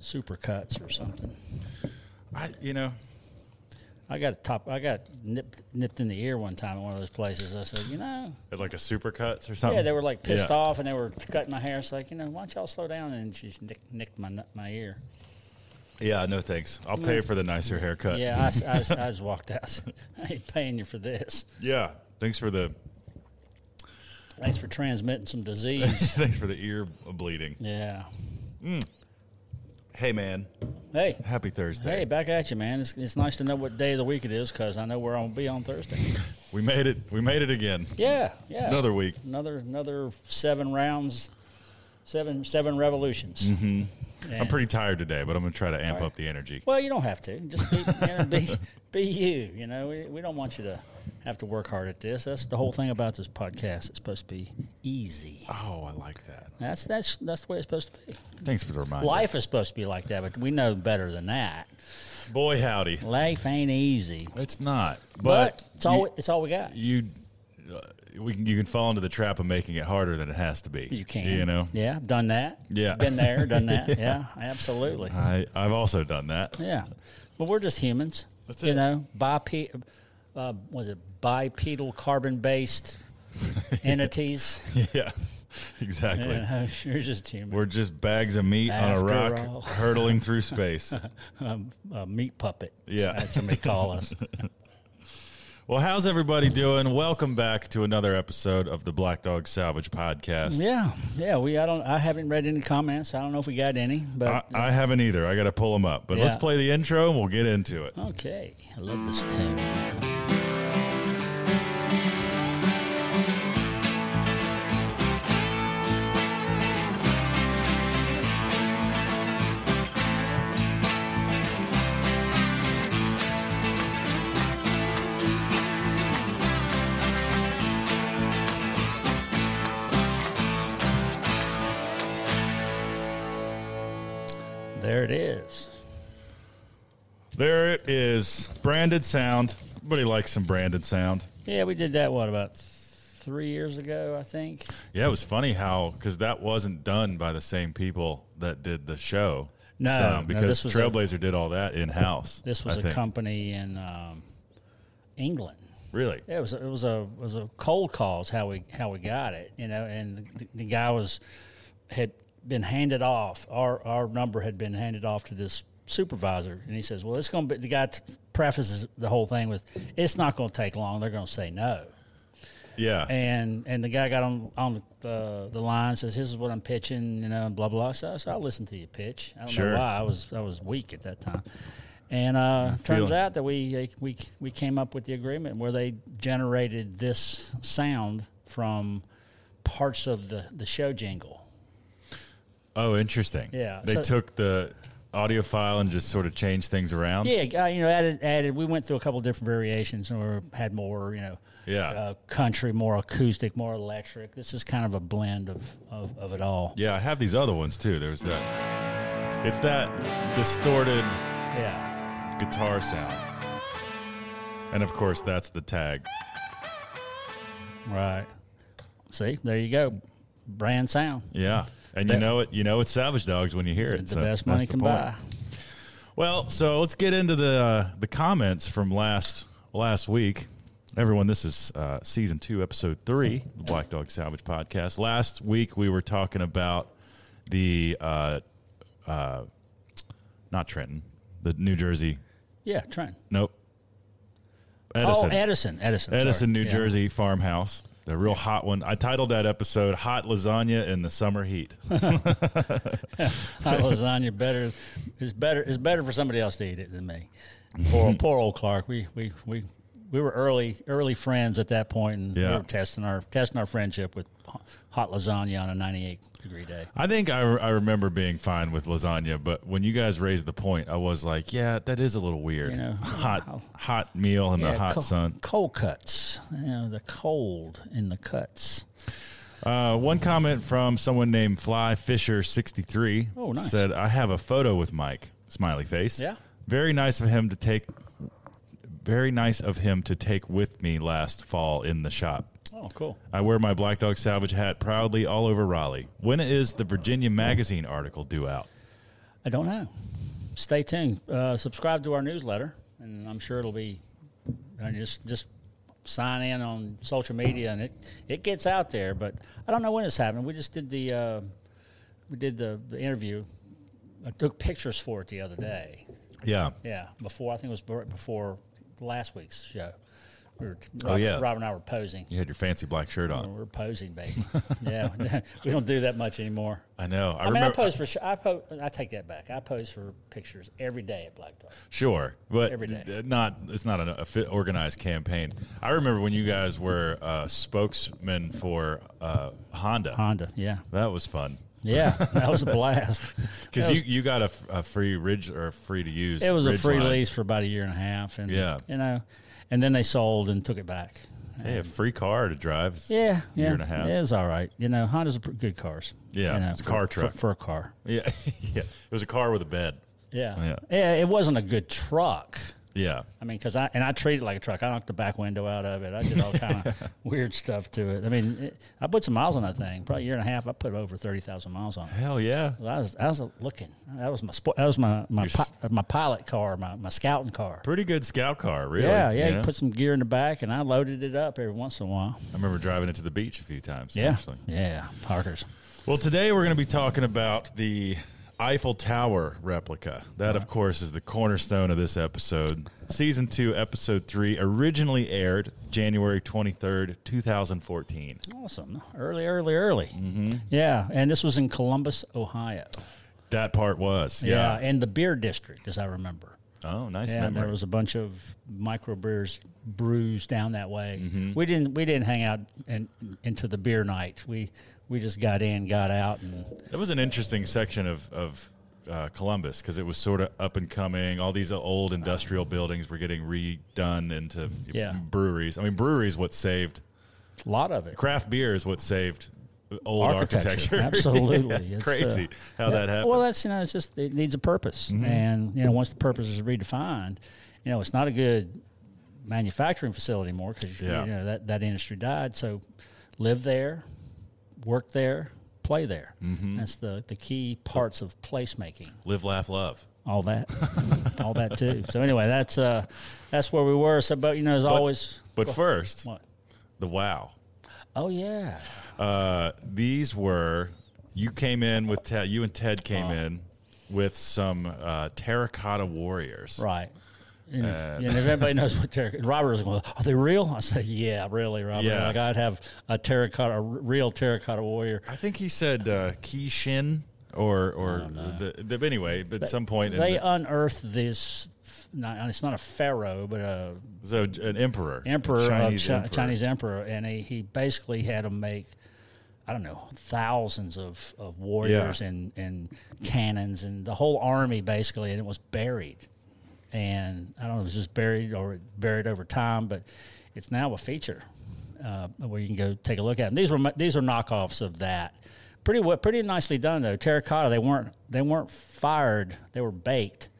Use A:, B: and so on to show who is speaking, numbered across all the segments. A: super cuts or something.
B: I, you know,
A: I got a top. I got nipped nipped in the ear one time at one of those places. I said, you know,
B: at like a supercuts or something.
A: yeah, they were like pissed
B: Oh. Yeah.
A: off and they were cutting my hair. It's like, you know, why don't y'all slow down? And she just nick, nicked my nu- my ear.
B: Yeah, no thanks. I'll pay for the nicer haircut.
A: Mm. Yeah, I, s- I s- I just walked out. I said, I ain't paying you for this.
B: Yeah. Thanks for the
A: Thanks for transmitting some disease.
B: thanks for the ear bleeding.
A: yeah.
B: Hey man,
A: Hey.
B: happy Thursday.
A: Hey, back at you, man. It's, it's nice to know what day of the week it is because I know where I'm gonna be on Thursday.
B: We made it. We made it again.
A: Yeah, yeah.
B: Another week.
A: another another seven rounds, seven seven revolutions. Mm-hmm.
B: I'm pretty tired today, but I'm going to try to amp up the energy.
A: Well, you don't have to. Just be, you know, be, be you. You know, we, we don't want you to have to work hard at this. That's the whole thing about this podcast. It's supposed to be easy.
B: Oh, I like that.
A: That's that's that's the way it's supposed to be.
B: Thanks for the reminder.
A: Life is supposed to be like that, but we know better than that.
B: Boy, howdy.
A: Life ain't easy,
B: It's not.
A: but,
B: But,
A: it's all it's all we got.
B: you, you, uh, we can, you can fall into the trap of making it harder than it has to be.
A: You can,
B: You know?
A: yeah, I've done that.
B: Yeah. Uh-huh.
A: been there, done that. yeah. absolutely.
B: I, I've also done that.
A: Yeah, but we're just humans.
B: That's
A: you
B: it.
A: know, bipe, uh, was it bipedal carbon based entities?
B: yeah, exactly.
A: You know, you're just human.
B: We're just bags of meat
A: After
B: on a rock
A: all.
B: hurtling through space.
A: Um, a meat puppet.
B: Yeah.
A: that's what they call us.
B: Well, how's everybody doing? Welcome back to another episode of the Black Dog Salvage Podcast.
A: yeah, yeah. We I don't I haven't read any comments. I don't know if we got any,
B: I,
A: but
B: I haven't either. I got to pull them up, but let's
A: Yeah.
B: play the intro and we'll get into it.
A: okay. I love this tune. There it is.
B: There it is, branded sound. Everybody likes some branded sound.
A: Yeah, we did that. What about three years ago? I think.
B: Yeah, it was funny how because that wasn't done by the same people that did the show.
A: No,
B: sound,
A: no,
B: because
A: this was a-
B: Trailblazer did all that in house.
A: This was a company in um, England.
B: Really?
A: Yeah, It was it was a was a cold call is how we how we got it, you know. And the, the guy was had been handed off. Our our number had been handed off to this supervisor, and he says, "Well, it's going to be." The guy t- prefaces the whole thing with, "It's not going to take long. They're going to say no."
B: Yeah.
A: And and the guy got on on the, the line says, "This is what I'm pitching," you know, and blah blah. So I said, "I'll listen to you pitch." I don't
B: Sure.
A: know why I was I was weak at that time. And uh, turns
B: feel-
A: out that we we we came up with the agreement where they generated this sound from parts of the the show jingle.
B: Oh, interesting.
A: Yeah,
B: They
A: so-
B: took the audio file and just sort of changed things around.
A: Yeah, uh, you know, added added. We went through a couple different variations, or had more, you know,
B: Yeah.
A: uh, country, more acoustic, more electric. This is kind of a blend of of, of it all.
B: Yeah, I have these other ones too. There's that. It's that distorted
A: yeah.
B: guitar sound. And of course, that's the tag.
A: Right. See, there you go. Brand sound.
B: Yeah. And you know it. You know it's Savage Dogs when you hear it.
A: The
B: so
A: best
B: that's
A: money
B: the
A: can
B: point.
A: buy.
B: Well, so let's get into the uh, the comments from last last week. Everyone, this is uh, season two, episode three, the Black Dog Salvage podcast. Last week we were talking about the uh, uh, not Trenton, the New Jersey,
A: Yeah, Trent.
B: nope, Edison,
A: Oh, Edison. Edison. sorry.
B: Edison, New
A: Yeah.
B: Jersey farmhouse, the real hot one. I titled that episode "Hot Lasagna in the Summer Heat."
A: Hot lasagna better is better is better for somebody else to eat it than me. Poor, poor old Clark. We we we. We were early, early friends at that point, and
B: Yeah.
A: we were testing our testing our friendship with hot lasagna on a ninety-eight degree day.
B: I think I, I remember being fine with lasagna, but when you guys raised the point, I was like, yeah, that is a little weird.
A: You know,
B: hot
A: wow.
B: hot meal in the hot
A: cold,
B: sun.
A: cold cuts, you know, the cold in the cuts.
B: Uh, one comment from someone named Fly Fisher 63
A: Oh, nice.
B: said, I have a photo with Mike, smiley face.
A: Yeah.
B: Very nice of him to take very nice of him to take with me last fall in the shop.
A: Oh, cool!
B: I wear my Black Dog Salvage hat proudly all over Raleigh. When is the Virginia Magazine article due out?
A: I don't know. Stay tuned. Uh, subscribe to our newsletter, and I'm sure it'll be. And just just sign in on social media, and it it gets out there. But I don't know when it's happening. We just did the uh, we did the, the interview. I took pictures for it the other day.
B: Yeah.
A: Yeah, before I think it was b- before last week's show. We were,
B: Oh,
A: Rob,
B: yeah.
A: Rob and I were posing.
B: You had your fancy black shirt on.
A: We're posing, baby. yeah, we don't do that much anymore.
B: I know.
A: I,
B: I,
A: mean, I
B: remember.
A: pose for. sh- I po- I take that back. I pose for pictures every day at Black Dog.
B: Sure, but
A: Every day.
B: th- not it's not an a fit organized campaign. I remember when you guys were uh, spokesmen for uh, Honda.
A: Honda. Yeah.
B: That was fun
A: Yeah, that was a blast.
B: because
A: That
B: you,
A: was-
B: you got a, f- a free ridge or a free to use.
A: It was a
B: Ridge
A: free
B: line.
A: lease for about a year and a half, and
B: Yeah.
A: you know, and then they sold and took it back.
B: Hey, a free car to drive. It's-
A: Yeah, yeah,
B: Year and a half.
A: It was all right. You know, Hondas are pr- good cars.
B: Yeah,
A: you know,
B: it's a car
A: for,
B: truck.
A: for, for a car.
B: yeah, yeah. It was a car with a bed.
A: Yeah.
B: Yeah.
A: yeah, It wasn't a good truck.
B: Yeah,
A: I mean, because I and I treated it like a truck. I knocked the back window out of it. I did all kind of weird stuff to it. I mean, it, I put some miles on that thing. Probably a year and a half. I put over thirty thousand miles on it.
B: hell yeah.
A: I was I was looking. That was my sport. That was my my,
B: Your s-
A: pi- my pilot car, my, my scouting car.
B: Pretty good scout car, really.
A: Yeah, yeah.
B: you
A: You
B: know?
A: put some gear in the back, and I loaded it up every once in a while.
B: I remember driving it to the beach a few times.
A: Yeah,
B: actually.
A: yeah. Parkers.
B: Well, today we're going to be talking about the Eiffel Tower replica. That,
A: Uh-huh.
B: of course, is the cornerstone of this episode. Season 2, Episode 3 originally aired January 23rd, 2014.
A: Awesome. Early, early, early.
B: Mm-hmm.
A: Yeah, and this was in Columbus, Ohio.
B: That part was. Yeah.
A: and the beer district, as I remember.
B: Oh, nice
A: Yeah, there
B: memory.
A: was a bunch of microbrews brews down that way.
B: Mm-hmm.
A: We didn't we didn't hang out and into the beer night. We we just got in, got out, and
B: that was an interesting section of. of uh, Columbus, because it was sort of up and coming. All these uh, old industrial buildings were getting redone into
A: Yeah.
B: breweries. I mean, breweries what saved
A: a lot of it.
B: craft beer is what saved old architecture.
A: Architecture, absolutely.
B: Yeah,
A: It's,
B: crazy Mm-hmm.
A: uh,
B: how that happened.
A: Well, that's you know, it's just it needs a purpose, and you know, once the purpose is redefined, you know, it's not a good manufacturing facility anymore because
B: Yeah.
A: you know that that industry died. So, live there, work there, play there.
B: Mm-hmm.
A: That's the the key parts of placemaking.
B: Live, laugh, love.
A: All that, all that too. So anyway, that's uh, that's where we were. So, but you know, as always,
B: But first,
A: what?
B: the wow.
A: Oh yeah,
B: Uh, these were you came in with Ted. You and Ted came
A: Uh-huh.
B: in with some uh, terracotta warriors.
A: right. And if,
B: Uh,
A: and if anybody knows what terracotta, Robert was going, are they real? I said, yeah, really, Robert.
B: Yeah.
A: Like I'd have a terracotta, a r- real terracotta warrior.
B: I think he said uh, Kishin or or the, the anyway. But at some point, in
A: They
B: the-
A: unearthed this. f- Not, it's not a pharaoh, but a
B: so an emperor,
A: emperor
B: Chinese
A: of Chi-
B: emperor.
A: Chinese emperor, and he, he basically had them make, I don't know, thousands of, of warriors and, and cannons and the whole army basically, and it was buried. And I don't know if it was just buried or buried over time, but it's now a feature uh, where you can go take a look at. And these were my- these are knockoffs of that. Pretty wa- pretty nicely done though. Terracotta. They weren't they weren't fired. They were baked.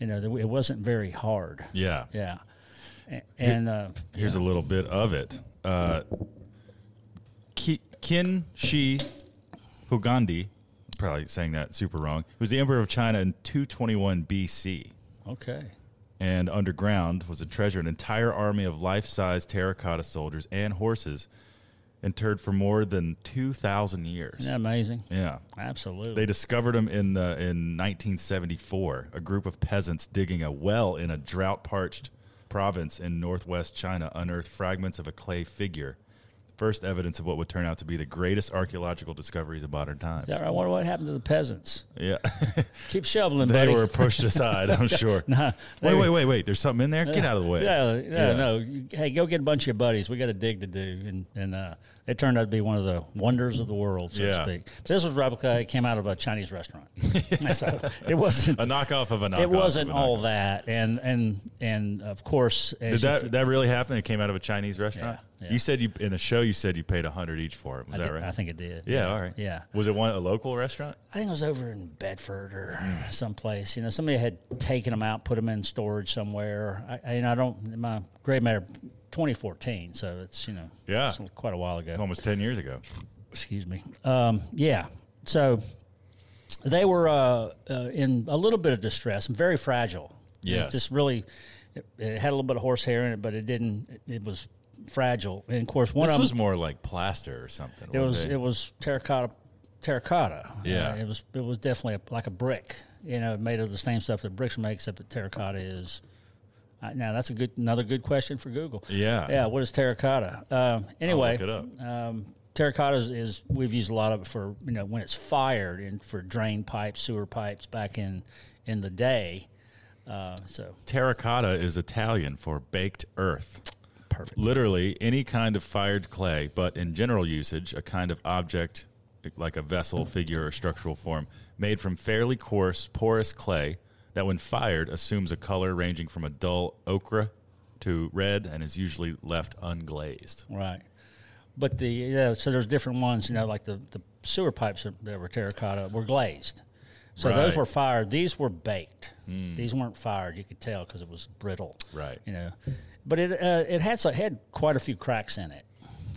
A: You know, they- it wasn't very hard.
B: Yeah.
A: Yeah. A- And uh,
B: Here's a little bit of it. Uh, Ki- Qin Shi Hugandi, probably saying that super wrong, was the emperor of China in 221 BC.
A: okay.
B: And underground was a treasure, an entire army of life size terracotta soldiers and horses interred for more than 2,000 years.
A: Isn't that amazing?
B: yeah.
A: Absolutely.
B: They discovered them in the in 1974. A group of peasants digging a well in a drought-parched province in northwest China unearthed fragments of a clay figure, first evidence of what would turn out to be the greatest archaeological discoveries of modern times.
A: Is that right? I wonder what happened to the peasants.
B: Yeah,
A: Keep shoveling,
B: they
A: buddy.
B: were pushed aside. I'm sure.
A: they
B: wait, wait, wait, wait. There's something in there. Get out of the way.
A: yeah, yeah, no. You- Hey, go get a bunch of your buddies. We got a dig to do, and and uh, it turned out to be one of the wonders of the world, so
B: Yeah.
A: to speak. But this was replica. It came out of a Chinese restaurant, so it wasn't.
B: A knockoff of a knockoff.
A: It wasn't
B: of a knockoff.
A: all that, and and and of course,
B: Did
A: as you
B: that that really happen? It came out of a Chinese restaurant.
A: yeah.
B: You said you in the show. You said you paid a hundred each for it. Was
A: I,
B: that
A: did-
B: right?
A: I think it did.
B: yeah. All right.
A: Yeah.
B: Was it one a local restaurant?
A: I think it was over in Bedford or
B: Mm.
A: someplace. You know, somebody had taken them out, put them in storage somewhere. I, I, you know, I don't. My grave matter, 2014, so it's you know,
B: Yeah. Oh.
A: it's quite a while ago.
B: Almost ten years ago.
A: Excuse me. Um, yeah. So they were uh, uh, in a little bit of distress and very fragile.
B: Yes.
A: It just really, it, it had a little bit of horsehair in it, but it didn't. It, it was fragile, and of course, one
B: This
A: of
B: was
A: them
B: more like plaster or something.
A: it
B: wasn't
A: was it was terracotta, terracotta.
B: Yeah.
A: Uh, it was it was definitely a, like a brick. You know, made of the same stuff that bricks are made, except that terracotta is. Uh, now that's a good another good question for Google.
B: Yeah.
A: Yeah. What is terracotta? Um, anyway,
B: look it up.
A: Um, terracotta is, is we've used a lot of it for you know when it's fired and for drain pipes, sewer pipes back in in the day. Uh, so
B: Terracotta is Italian for baked earth.
A: perfect.
B: Literally any kind of fired clay, but in general usage, a kind of object like a vessel, figure, or structural form made from fairly coarse, porous clay that, when fired, assumes a color ranging from a dull ochre to red and is usually left unglazed.
A: Right. But the yeah, so there's different ones, you know, like the, the sewer pipes that- that were terracotta were glazed. So those
B: Right. Hmm.
A: were fired. These were baked. These weren't fired. You could tell because it was brittle.
B: Right.
A: You know, but it uh, it had so, had quite a few cracks in it.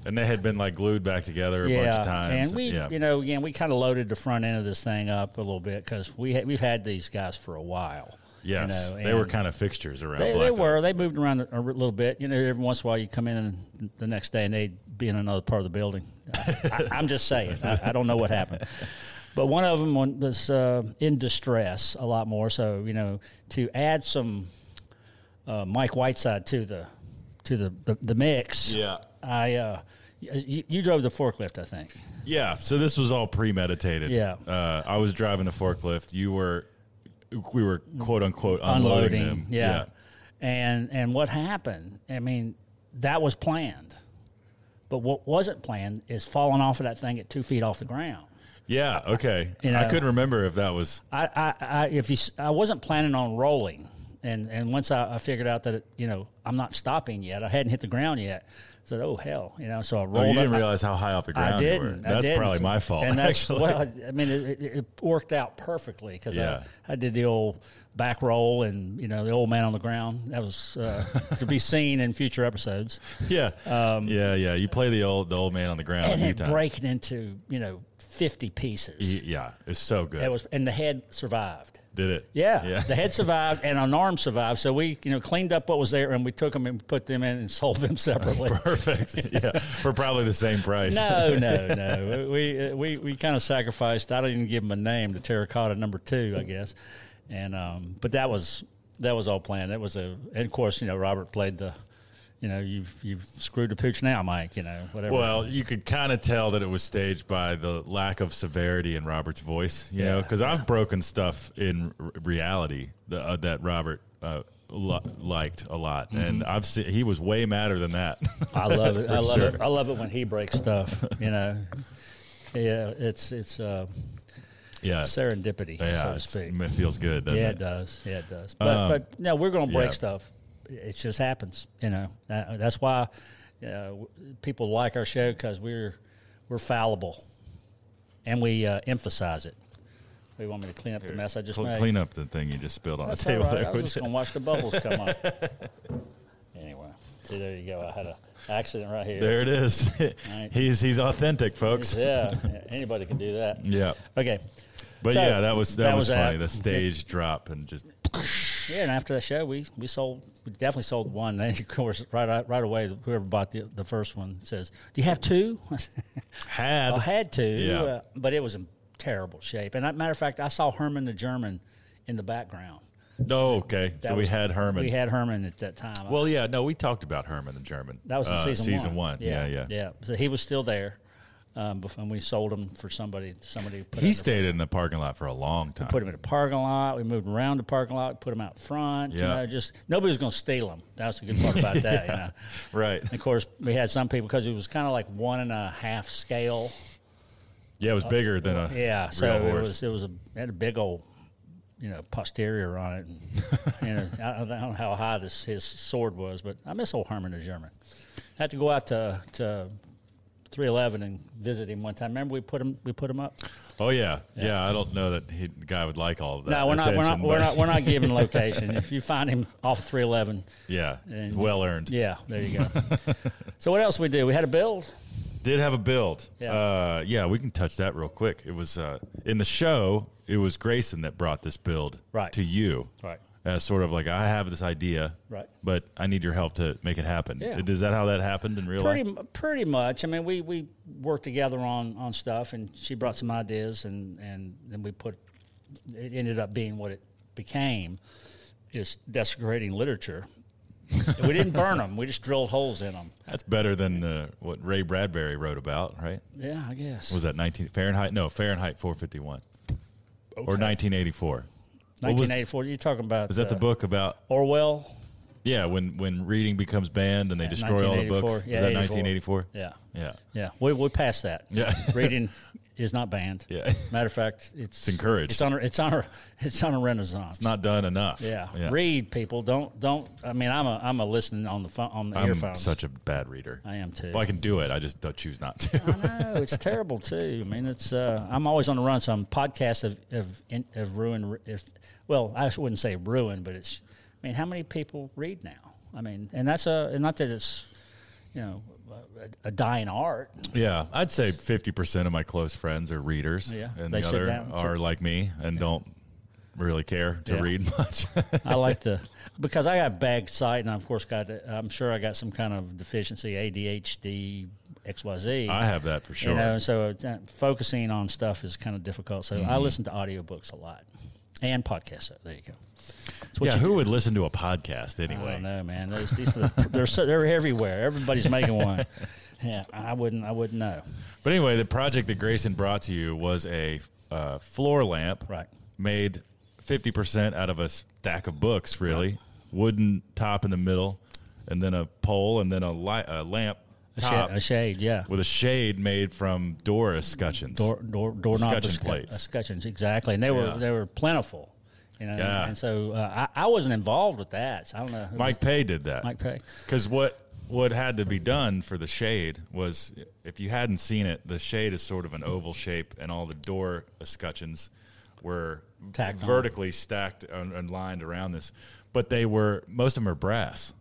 B: And they had been like glued back together a bunch of times.
A: and we
B: yeah.
A: you know again we kind of loaded the front end of this thing up a little bit because we ha- we've had these guys for a while. you
B: yes,
A: know,
B: they were
A: and-
B: kind of fixtures around.
A: they,
B: Black
A: they
B: Dog.
A: were. They moved around a a little bit. You know, every once in a while you come in and the next day and they'd be in another part of the building. I, I, am just saying. I, I don't know what happened. But one of them was uh, in distress a lot more. So, you know, to add some uh, Mike Whiteside to the to the, the, the mix,
B: Yeah.
A: I uh, you, you drove the forklift, I think.
B: Yeah, so this was all premeditated.
A: Yeah.
B: uh, I was driving the forklift. You were, we were quote unquote unloading,
A: unloading.
B: them.
A: Yeah. And and what happened? I mean, that was planned. But what wasn't planned is falling off of that thing at two feet off the ground.
B: yeah, yeah, Okay,
A: You
B: I
A: know.
B: couldn't remember if that was
A: I, I, I if you, s- I wasn't planning on rolling, and and once I, I figured out that it, you know I'm not stopping yet, I hadn't hit the ground yet. I said, oh hell, you know. So I rolled.
B: Oh, you didn't
A: up-
B: realize how high off the ground
A: I
B: you were.
A: didn't. I
B: That's
A: didn't.
B: probably my fault.
A: And that's
B: actually.
A: well, I mean, it, it, it worked out perfectly because
B: Yeah.
A: I, I did the old back roll and you know the old man on the ground. That was uh, to be seen in future episodes.
B: yeah, yeah, yeah. You play the old the old man on the ground
A: um, And
B: a few
A: it
B: times.
A: breaking into you know fifty pieces.
B: Y- Yeah, it's so good.
A: It was, and the head survived.
B: Did it?
A: Yeah,
B: yeah.
A: the head survived and an arm survived. So we, you know, cleaned up what was there and we took them and put them in and sold them separately.
B: Perfect. Yeah, for probably the same price.
A: No, no, no. We uh, we we kind of sacrificed. I didn't even give him a name to Terracotta Number Two, I guess. And um, but that was that was all planned. That was a and of course you know Robert played the, you know you've you've screwed the pooch now, Mike. You know whatever.
B: Well, you could kind of tell that it was staged by the lack of severity in Robert's voice, you know, know,
A: Yeah,
B: because I've broken stuff in r- reality the, uh, that Robert uh, lo- liked a lot,
A: Mm-hmm.
B: and I've seen he was way madder than that.
A: I love it. I love
B: sure.
A: it. I love it when he breaks stuff. You know. Yeah, it's it's uh,
B: yeah,
A: serendipity,
B: yeah,
A: so to
B: it's-
A: speak.
B: it feels good. Doesn't
A: Yeah,
B: it?
A: it does. Yeah, it does. But, but no, we're going to break
B: Um, yeah.
A: stuff. It just happens, you know. That, that's why uh, w- people like our show because we're we're fallible, and we uh, emphasize it. We want me to clean up the mess I just
B: Cl-
A: made.
B: Clean up the thing you just spilled on
A: That's
B: the table
A: all right.
B: there.
A: I
B: would
A: was just
B: you?
A: going to watch the bubbles come up. Anyway, see there you go. I had an accident right here.
B: There it is.
A: right.
B: he's he's authentic, folks.
A: Yeah, yeah, anybody can do that.
B: Yeah,
A: Okay.
B: but
A: So,
B: yeah, that was that,
A: that
B: was,
A: was
B: funny.
A: that.
B: The stage drop and just
A: Yeah, and after that show, we, we sold, we definitely sold one. And of course, right right away, whoever bought the, the first one says, "Do you have two?
B: had
A: I had two,
B: Yeah.
A: uh, but it was in terrible shape. And a matter of fact, I saw Herman the German in the background.
B: oh okay. So
A: That
B: we
A: was-
B: had Herman.
A: We had Herman at that time.
B: Well, yeah, no, we talked about Herman the German.
A: that was in
B: Uh,
A: season,
B: one. Yeah, yeah.
A: yeah. So he was still there, um, bef- and we sold him for somebody. Somebody put
B: He
A: him,
B: stayed in the parking lot for a long time.
A: put him in a parking lot. We moved around the parking lot, put him out front.
B: Yeah.
A: You know, just nobody was going to steal him. That was the good part about that. You know.
B: right.
A: And of course, we had some people because it was kind of like one and a half scale.
B: Yeah, it was bigger than a
A: uh, Yeah, so
B: real
A: it
B: horse.
A: was it was a it had a big old you know posterior on it, and you know I, I don't know how high this his sword was, but I miss old Herman the German. I had to go out to to three eleven and visit him one time. Remember we put him we put him up.
B: oh yeah. yeah, I don't know that he, the guy would like all of that.
A: No, we're not we're not
B: attention,
A: we're
B: but-
A: not we're not giving location. if you find him off three eleven,
B: Yeah,
A: And-
B: well earned.
A: yeah, there you go. so what else we do? We had a build.
B: Did have a build.
A: Yeah.
B: Uh, yeah, we can touch that real quick. It was uh, in the show. it was Grayson that brought this build
A: Right.
B: to you.
A: Right.
B: As sort of like I have this idea,
A: Right.
B: But I need your help to make it happen.
A: Yeah.
B: Is that how that happened in real
A: pretty
B: life?
A: mu- pretty much. I mean, we we worked together on on stuff, and she brought some ideas, and and then we put. It ended up being what it became, is desecrating literature. we didn't burn them; we just drilled holes in them.
B: That's better than the what Ray Bradbury wrote about, right?
A: Yeah, I guess.
B: Was that nineteen Fahrenheit? No, Fahrenheit four fifty one, or nineteen eighty four. What was,
A: 1984. You're talking about
B: was that the
A: uh,
B: book about?
A: Orwell?
B: Yeah, when when reading becomes banned and they destroy all the
A: 1984.
B: books.
A: Yeah,
B: Is that
A: 84.
B: nineteen eighty four?
A: Yeah,
B: Yeah,
A: yeah. We we passed that.
B: Yeah.
A: reading is not banned.
B: Yeah.
A: matter of fact, it's, it's
B: encouraged.
A: It's on a, it's on a, it's on a renaissance.
B: not done enough.
A: Yeah. Read people. Don't don't I mean I'm a I'm a listening on the phone on the
B: I'm
A: earphones.
B: such a bad reader.
A: I am too. Uh-huh.
B: Well, I can do it. I just don't choose not to.
A: I know it's terrible too. I mean, it's uh, I'm always on the run. Some podcasts have have, in- have ruined. If, well, I wouldn't say ruined, but it's. I mean, how many people read now? I mean, and that's a and not that it's, you know, a, a dying art.
B: yeah, I'd say fifty percent of my close friends are readers,
A: Oh, Yeah,
B: and
A: they
B: the
A: sit
B: other
A: down and
B: are like me and don't really care to
A: Yeah.
B: read much.
A: I like the because I got bag sight, and I, of course got. I'm sure I got some kind of deficiency, ADHD, XYZ.
B: I have that for sure.
A: You know, so uh, focusing on stuff is kind of difficult. So
B: Mm-hmm.
A: I listen to audiobooks a lot and podcasts. So there you go. That's what
B: yeah,
A: you
B: who
A: do.
B: would listen to a podcast
A: I
B: anyway?
A: don't know, man. Those, these are the, they're so, they're everywhere. Everybody's making one. Yeah, I wouldn't. I wouldn't know.
B: But anyway, the project that Grayson brought to you was a uh, floor lamp,
A: Right.
B: Made fifty percent out of a stack of books, really wooden top in the middle, and then a pole, and then a, light, a lamp
A: A,
B: top
A: shade, a shade, yeah.
B: with a shade made from Doris scutcheons.
A: Door, door, doorknob
B: Scutcheon
A: discu-
B: plates.
A: uh, scutcheons, exactly. And they were
B: Yeah.
A: they were plentiful. You know,
B: Yeah.
A: and so uh, I, I wasn't involved with that. So I don't know. Who
B: Mike Pay did that.
A: Mike Pay.
B: Because what what had to be done for the shade was, if you hadn't seen it, the shade is sort of an oval shape, and all the door escutcheons were
A: Tacked on.
B: vertically stacked and, and lined around this. But they were most of them are brass.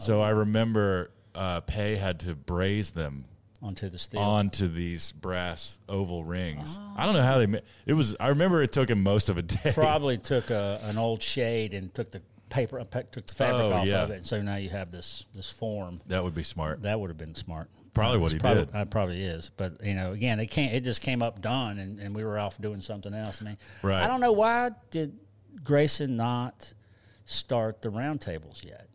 B: So I remember uh, Pay had to braze them
A: onto the steel.
B: onto these brass oval rings.
A: Ah.
B: I don't know how they. ma- It was. I remember it took him most of a day.
A: probably took a, an old shade and took the paper, uh, pe- took the fabric
B: Oh,
A: off
B: yeah.
A: of it, and so now you have this this form.
B: that would be smart.
A: That would have been smart.
B: Probably what
A: It's
B: he
A: probably,
B: did.
A: uh, probably is, but you know, again, it can't. It just came up done, and, and we were off doing something else. I mean,
B: Right.
A: I don't know why did Grayson not start the roundtables yet.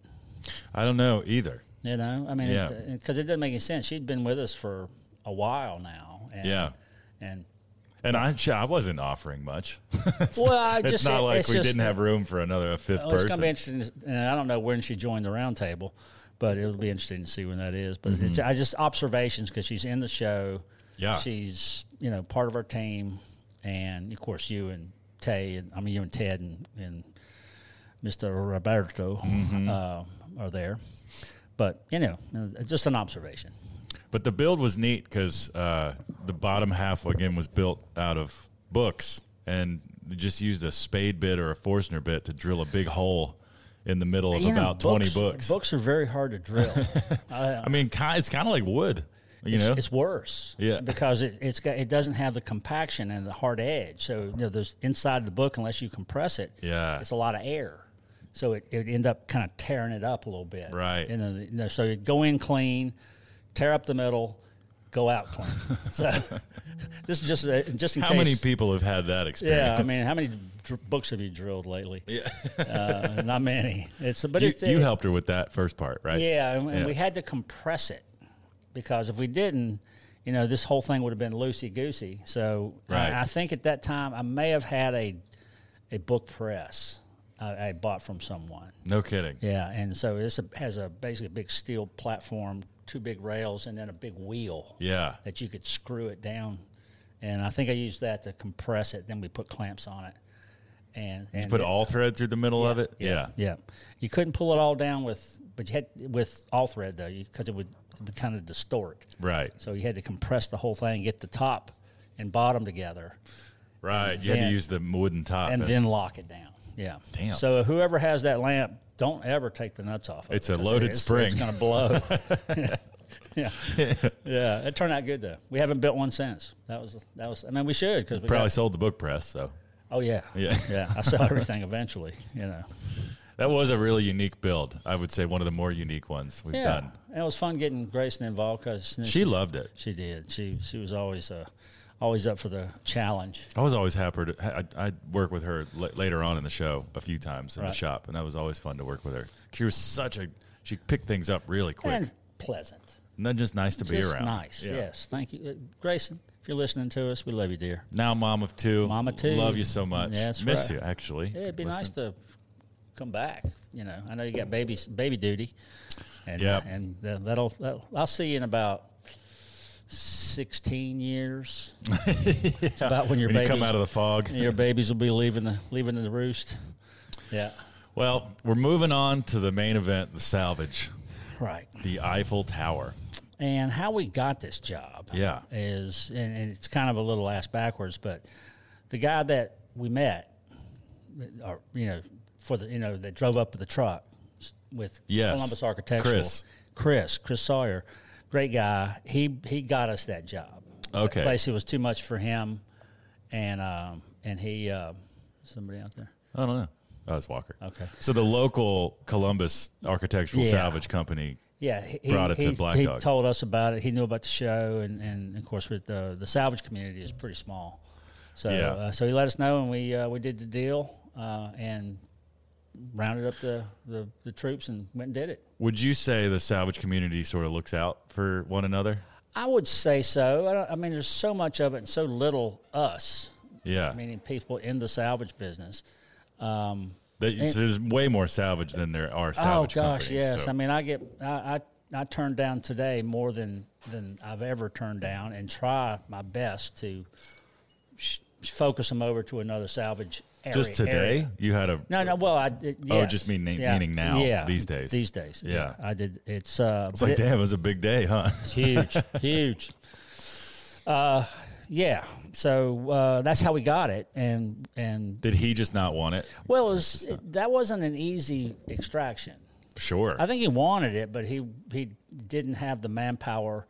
B: I don't know either.
A: You know, I mean,
B: Yeah.
A: because it, uh, 'cause it doesn't make any sense. She'd been with us for a while now. And,
B: Yeah.
A: and
B: And I, I wasn't offering much. it's
A: Well,
B: not,
A: I
B: it's
A: just-
B: not like
A: it's
B: we
A: just-
B: didn't have room for another a fifth
A: well, Oh, it's going
B: person.
A: to be interesting. to- And I don't know when she joined the roundtable, but it'll be interesting to see when that is. But it's, I just observations because she's in the show.
B: Mm-hmm. Yeah.
A: she's you know part of our team, and of course you and Tay and I mean you and Ted and, and Mr. Roberto
B: Mm-hmm.
A: uh, are there. But you know, uh, just an observation.
B: but the build was neat because uh, the bottom half again was built out of books, and they just used a spade bit or a Forstner bit to drill a big hole in the middle of
A: You know,
B: about twenty books.
A: Books are very hard to drill. I,
B: I mean, ki- it's kind of like wood, you
A: it's,
B: know.
A: it's worse.
B: Yeah.
A: Because it, it's got it doesn't have the compaction and the hard edge. So you know, there's inside the book unless you compress it.
B: Yeah.
A: It's a lot of air. So it it end up kind of tearing it up a little bit.
B: Right.
A: And then, you know, so you go in clean, tear up the middle, go out clean. so this is just uh, just in
B: How
A: case.
B: many people have had that experience?
A: yeah, I mean, how many dr- books have you drilled lately? Yeah, uh, not many. It's but
B: you,
A: it's
B: you
A: it-
B: helped her with that first part, right?
A: yeah, and, and
B: Yeah.
A: we had to compress it because if we didn't, you know, this whole thing would have been loosey goosey. So I-
B: Right.
A: I, think at that time I may have had a a book press uh, I, I bought from someone.
B: No kidding.
A: Yeah, and so this has a basically a big steel platform, two big rails, and then a big wheel
B: Yeah.
A: that you could screw it down. And I think I used that to compress it. Then we put clamps on it, and, and
B: Put
A: it-
B: all thread through the middle of it. Yeah.
A: yeah, you couldn't pull it all down with, but you had with all thread though, because it would kind of distort.
B: Right.
A: So you had to compress the whole thing, get the top and bottom together,
B: Right. You had to
A: then-
B: use the wooden top.
A: and
B: That's-
A: then lock it down. Yeah.
B: Damn.
A: So whoever has that lamp, don't ever take the nuts off. Of
B: It's
A: it,
B: a
A: 'cause
B: loaded
A: it's-
B: spring.
A: It's going to blow. yeah. Yeah. It turned out good though. We haven't built one since. That was that was. I mean, we should because we
B: Probably
A: got-
B: sold the book press, so
A: Oh yeah,
B: Yeah.
A: yeah. I sell everything eventually. You know.
B: That was a really unique build. I would say one of the more unique ones we've
A: Yeah,
B: done.
A: and it was fun getting Grayson involved because
B: She loved it.
A: She did. She she was always uh, always up for the challenge.
B: I was always happy to. I, I I'd work with her l- later on in the show a few times in the
A: Right.
B: shop, and that was always fun to work with her. She was such a. She picked things up really quick,
A: And
B: and,
A: pleasant.
B: then just nice to be
A: Just
B: around.
A: nice. Yes. Thank you, Uh, Grayson. If you're listening to us, we love you, dear.
B: Now, mom of two,
A: Mom of two.
B: love you so much.
A: That's
B: Miss
A: right.
B: you actually.
A: Yeah, it'd be
B: Listening.
A: nice to come back. You know, I know you got baby baby duty, and
B: Yep.
A: and th- that'll, that'll I'll see you in about sixteen years. It's about when your
B: When you
A: babies
B: come out of the fog.
A: your babies will be leaving the leaving the roost. Yeah,
B: Well, we're moving on to the main event, the salvage,
A: right.
B: the Eiffel Tower.
A: and how we got this job.
B: Yeah.
A: is and, and it's kind of a little ass backwards, but the guy that we met, or you know, for the you know that drove up with the truck with
B: Yes.
A: Columbus Architectural,
B: Chris.
A: Chris, Chris Sawyer, great guy. He he got us that job.
B: Okay.
A: place it was too much for him, and um and he uh, somebody out there.
B: I don't know. That was Oh, Walker.
A: Okay.
B: So the local Columbus Architectural
A: Yeah.
B: Salvage Company.
A: Yeah, he,
B: Brought it to
A: he,
B: Black
A: he
B: Dog.
A: told us about it. He knew about the show, and, and of course, with the the salvage community is pretty small, so
B: Yeah.
A: uh, so he let us know, and we uh, we did the deal uh, and rounded up the, the the troops and went and did it.
B: Would you say the salvage community sort of looks out for one another?
A: I would say so. I, don't, I mean, there's so much of it and so little us,
B: Yeah.
A: meaning people in the salvage business.
B: That- so there's way more salvage than there are salvage
A: oh gosh,
B: companies.
A: yes.
B: so-
A: I mean, I get I, I I turn down today more than than I've ever turned down, and try my best to sh- focus them over to another salvage area.
B: just today,
A: area.
B: you had a.
A: No, no. Well, I did.
B: Oh,
A: yes.
B: just mean-
A: Yeah.
B: meaning now,
A: Yeah,
B: these days.
A: These days.
B: Yeah.
A: I did. It's uh.
B: It's
A: but
B: like,
A: it-
B: damn, it was a big day, huh?
A: it's huge, huge. Uh, yeah. So uh, that's how we got it, and and
B: Did he just not want it?
A: well, it was, that wasn't an easy extraction.
B: Sure.
A: I think he wanted it, but he he didn't have the manpower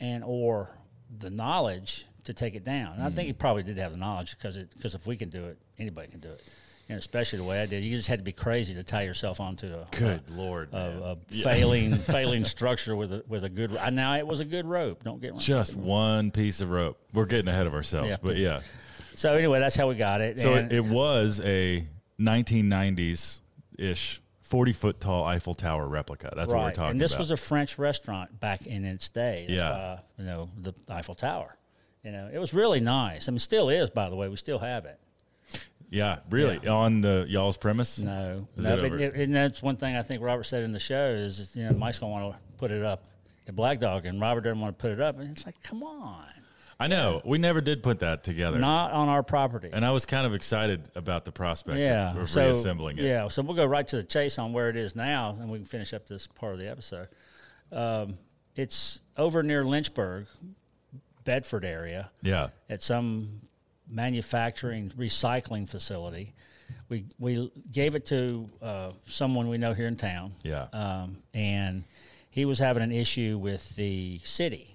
A: and or the knowledge to take it down. And I
B: Hmm.
A: think he probably did have the knowledge because because if we can do it, anybody can do it. And especially the way I did, you just had to be crazy to tie yourself onto a
B: Good lord.
A: a,
B: man.
A: a failing failing structure with a with a good. I- Now it was a good rope. Don't get me wrong.
B: just one piece of rope. We're getting ahead of ourselves,
A: Yeah.
B: but yeah.
A: So anyway, that's how we got it.
B: So
A: and,
B: it, it was a 1990s ish 40 foot tall Eiffel Tower replica. That's what we're talking
A: and this
B: about.
A: was a French restaurant back in its day. That's
B: Yeah.
A: why, you know the Eiffel Tower. You know it was really nice. I mean, still is by the way. We still have it.
B: yeah, really on the y'all's premise.
A: No,
B: Is
A: no,
B: it
A: but
B: over?
A: it- and that's one thing I think Robert said in the show is you know Mike's gonna want to put it up at Black Dog, and Robert doesn't want to put it up, and it's like, come on,
B: I know we never did put that together,
A: not on our property.
B: and I was kind of excited about the prospect
A: yeah,
B: of, of
A: so
B: reassembling it.
A: yeah, so we'll go right to the chase on where it is now, and we can finish up this part of the episode. Um, it's over near Lynchburg, Bedford area.
B: Yeah,
A: at some manufacturing recycling facility. We we gave it to uh, someone we know here in town.
B: Yeah.
A: Um, and he was having an issue with the city.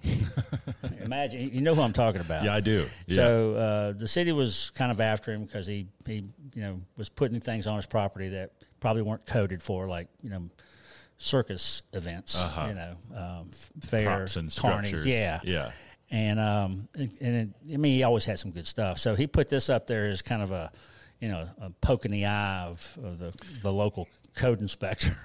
A: Imagine you know who I'm talking about.
B: yeah, I do. Yeah,
A: So uh, the city was kind of after him because he, he you know was putting things on his property that probably weren't coded for, like you know circus events, you know um, f- fairs,
B: Uh-huh. props and
A: carnies,
B: structures.
A: yeah,
B: yeah.
A: and um and, and it, I mean he always had some good stuff. So he put this up there as kind of a you know a poke in the eye of, of the the local code inspector.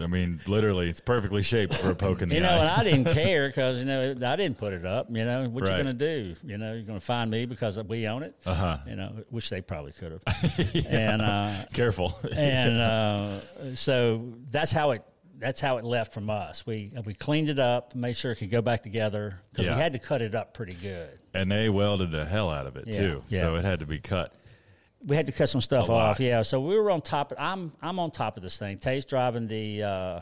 B: I mean, literally, it's perfectly shaped for a poke in the
A: you know,
B: eye.
A: and I didn't care because you know I didn't put it up. You know what
B: Right.
A: you gonna do? You know you're gonna find me because we own it. Uh-huh. You know which they probably could have. And uh,
B: Careful.
A: and uh, so that's how it that's how it left from us. We we cleaned it up, made sure it could go back together because
B: Yeah.
A: we had to cut it up pretty good.
B: and they welded the hell out of it too,
A: yeah.
B: so it had to be cut.
A: we had to cut some stuff
B: A lot.
A: off. Yeah, so we were on top. Of, I'm I'm on top of this thing. Tay's driving the uh,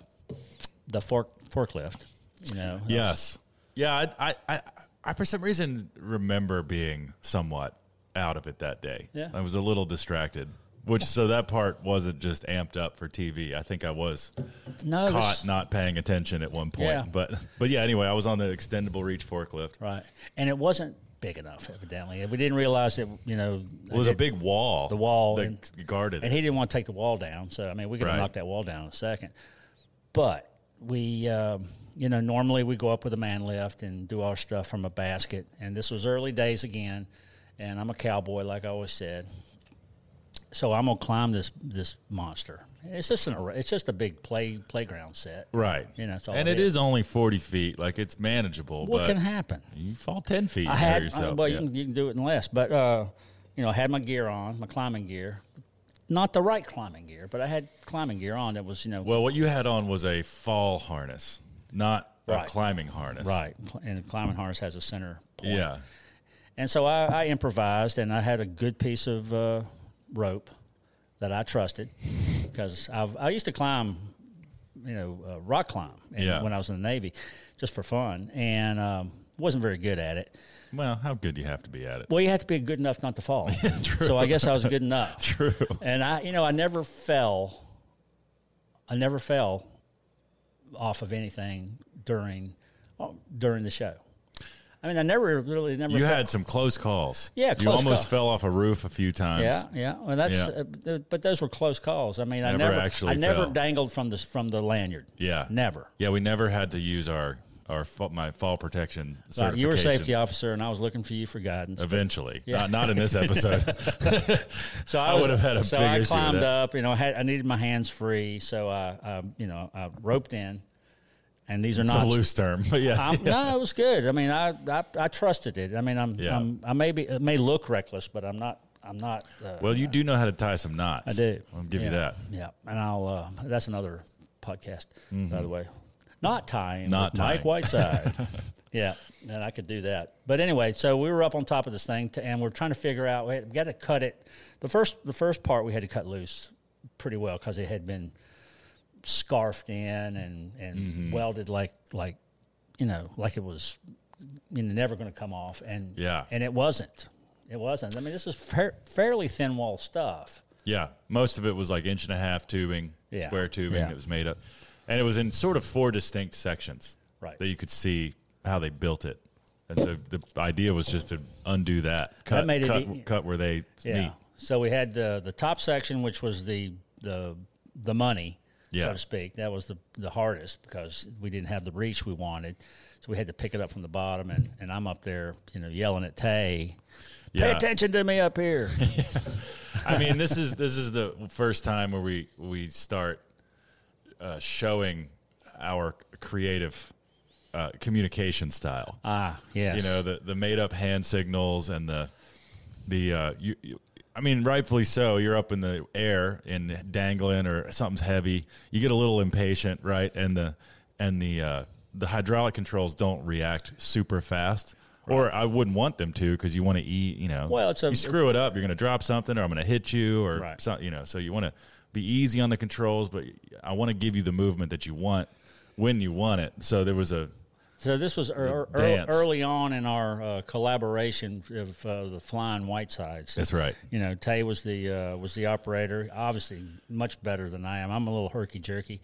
A: the fork forklift. You know.
B: Yes. Yeah, I, I, I, I for some reason remember being somewhat out of it that day.
A: Yeah.
B: I was a little distracted, which so that part wasn't just amped up for TV. I think I was
A: No.
B: caught
A: this-
B: not paying attention at one point.
A: Yeah.
B: But but yeah, anyway, I was on the extendable reach forklift.
A: Right, and it wasn't big enough, evidently. And we didn't realize that, you know,
B: Well, there's a big wall.
A: The wall
B: that
A: and-
B: guarded
A: and
B: it.
A: he didn't want to take the wall down. So I mean, we could
B: Right.
A: have knocked that wall down in a second. But we, um, you know, normally we go up with a man lift and do our stuff from a basket. And this was early days again, and I'm a cowboy, like I always said. So I'm gonna climb this this monster. It's just an arra- it's just a big play playground set,
B: Right.
A: You know, that's all
B: and it is only 40 feet. Like it's manageable.
A: What
B: but
A: can happen?
B: you fall 10 feet.
A: I
B: and
A: had
B: hurt yourself.
A: uh, well,
B: yeah.
A: you, can, you can do it in less, but uh, you know, I had my gear on, my climbing gear, not the right climbing gear, but I had climbing gear on that was you know
B: Well, what you had on was a fall harness, not
A: Right.
B: a climbing harness.
A: right, and the climbing harness has a center point,
B: Yeah.
A: and so I, I improvised, and I had a good piece of uh, rope that I trusted because I've I used to climb, you know, uh, rock climb, and
B: Yeah.
A: when I was in the Navy, just for fun, and um, wasn't very good at it.
B: Well, how good do you have to be at it?
A: Well, you have to be good enough not to fall. So I guess I was good enough.
B: True.
A: And I, you know, I never fell. I never fell off of anything during during the show. I mean, I never really never.
B: You
A: fell.
B: had some close calls.
A: Yeah,
B: you
A: close
B: almost
A: call.
B: fell off a roof a few times.
A: Yeah, yeah. Well, that's
B: Yeah.
A: uh, th- but those were close calls. I mean, I
B: Never
A: never
B: actually
A: I never
B: fell.
A: dangled from the from the lanyard.
B: Yeah.
A: never.
B: Yeah, we never had to use our our fa- my fall protection certification.
A: Right, you were a safety officer, and I was looking for you for guidance.
B: Eventually, not, not in this episode.
A: So I,
B: I
A: was-
B: would have had a
A: so
B: big
A: I
B: issue with
A: climbed
B: that.
A: up. You know, I had I needed my hands free, so I, I you know, I roped in, and these are
B: it's
A: not
B: a loose term, but yeah,
A: I'm, no, it was good. I mean, I I, I trusted it. I mean, I'm,
B: Yeah.
A: I'm I may be it may look reckless, but I'm not. I'm not. Uh,
B: Well, you do know how to tie some knots.
A: I do.
B: I'll give
A: Yeah.
B: you that.
A: Yeah, and I'll. Uh, that's another podcast, by the way. Not tying.
B: Mm-hmm. Not
A: with
B: tying.
A: Mike Whiteside. yeah, and I could do that. But anyway, so we were up on top of this thing, to, and we're trying to figure out. We, had, we got to cut it. The first, the first part we had to cut loose pretty well because it had been scarfed in and and
B: Mm-hmm.
A: welded like like you know like it was you know, never going to come off. And
B: Yeah.
A: and it wasn't. It wasn't. I mean, this is fair, fairly thin wall stuff.
B: Yeah, most of it was like inch and a half tubing,
A: Yeah.
B: square tubing.
A: Yeah.
B: It was made up, and it was in sort of four distinct sections.
A: Right.
B: That you could see how they built it, and so the idea was just to undo that, cut,
A: made it
B: cut,
A: e-
B: cut where they
A: Yeah.
B: meet.
A: So we had the the top section, which was the the the money,
B: Yeah.
A: so to speak. That was the the hardest because we didn't have the reach we wanted, so we had to pick it up from the bottom. And and I'm up there, you know, yelling at Tay. Pay
B: Yeah.
A: attention to me up here.
B: I mean, this is this is the first time where we we start uh, showing our creative uh, communication style.
A: ah, yes.
B: you know the the made up hand signals and the the uh you, you I mean, rightfully so. You're up in the air and dangling, or something's heavy. You get a little impatient, right? And the and the uh, the hydraulic controls don't react super fast, or I wouldn't want them to because you want to eat. You know,
A: Well, it's a-
B: you screw it up, you're going to drop something, or I'm going to hit you, or
A: Right.
B: some- you know. So you want to be easy on the controls, but I want to give you the movement that you want when you want it. So there was a
A: So this was ear- ear-
B: dance.
A: early on in our uh, collaboration of uh, the Flying Whitesides.
B: That's right.
A: You know, Tay was the uh, was the operator. Obviously, much better than I am. I'm a little herky jerky.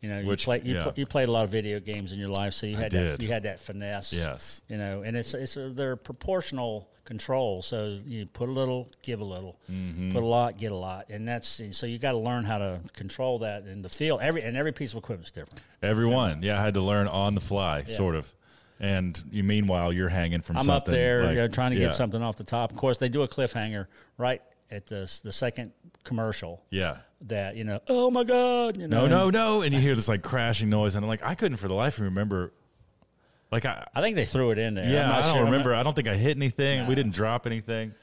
A: You know, you
B: Which-
A: play, you,
B: yeah.
A: pl- you played a lot of video games in your life, so you had that
B: did.
A: you had that finesse.
B: Yes.
A: You know, and it's it's uh they're proportional control. So you put a little, give a little,
B: Mm-hmm.
A: put a lot, get a lot, and that's so you got to learn how to control that in the field. Every and every piece of equipment's different.
B: Everyone, yeah, I had to learn on the fly, sort of. And you, meanwhile, you're hanging from
A: I'm
B: something.
A: up there
B: like-
A: you know, trying to
B: yeah,
A: get something off the top. Of course, they do a cliffhanger right at the the second commercial.
B: Yeah.
A: That you know, oh my god, you know,
B: No,
A: and
B: no, no. And you hear this like crashing noise, and I'm like, I couldn't for the life of me remember. Like I,
A: I think they threw it in there. I'm
B: yeah, I
A: not
B: don't
A: sure.
B: remember. I don't think I hit anything. We didn't drop anything,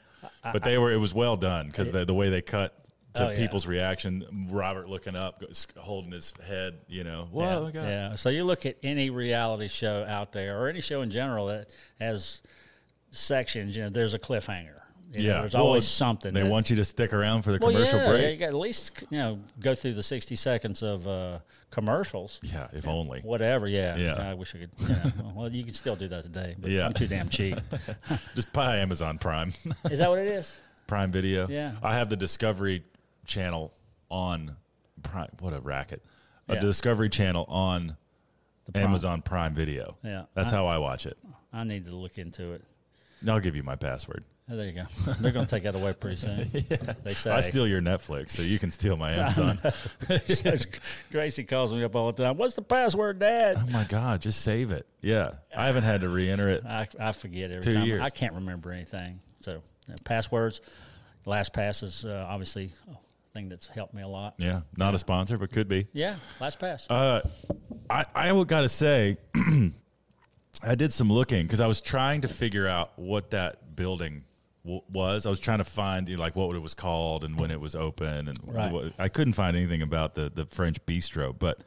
B: but they were. It was well done because the the way they cut to
A: Oh, yeah.
B: people's reaction. Robert looking up, go- s- holding his head. You know, whoa, my God.
A: Yeah. So you look at any reality show out there, or any show in general that has sections. You know, there's a cliffhanger. You know,
B: Yeah.
A: there's
B: Well,
A: always something.
B: They
A: that-
B: want you to stick around for the
A: well,
B: commercial
A: yeah, yeah,
B: break.
A: you got at least you know go through the 60 seconds of uh, commercials.
B: Yeah, if only.
A: Whatever, yeah.
B: Yeah.
A: I wish I could. You know, well, you can still do that today, but
B: Yeah.
A: I'm too damn cheap.
B: Just buy Amazon Prime.
A: Is that what it is?
B: Prime Video.
A: Yeah.
B: I have the Discovery Channel on Prime. What a racket! A
A: Yeah.
B: Discovery Channel on
A: The prom-
B: Amazon Prime Video.
A: Yeah.
B: that's how I watch it.
A: I need to look into it.
B: I'll give you my password.
A: Oh, there you go. They're going to take that away pretty soon. They say.
B: I steal your Netflix, so you can steal my Amazon.
A: Gracie calls me up all the time. What's the password, Dad?
B: oh my God, just save it. Yeah, I haven't had to re-enter it.
A: I, I forget every
B: Two
A: time.
B: years.
A: I can't remember anything. So uh, passwords, last pass is uh, obviously a thing that's helped me a lot.
B: Yeah, not a sponsor, but could be.
A: Yeah, last pass.
B: Uh, I I got to say, I did some looking because I was trying to figure out what that building w- was. I was trying to find you know, like what it was called and when it was open, and
A: Right.
B: what, I couldn't find anything about the the French bistro. But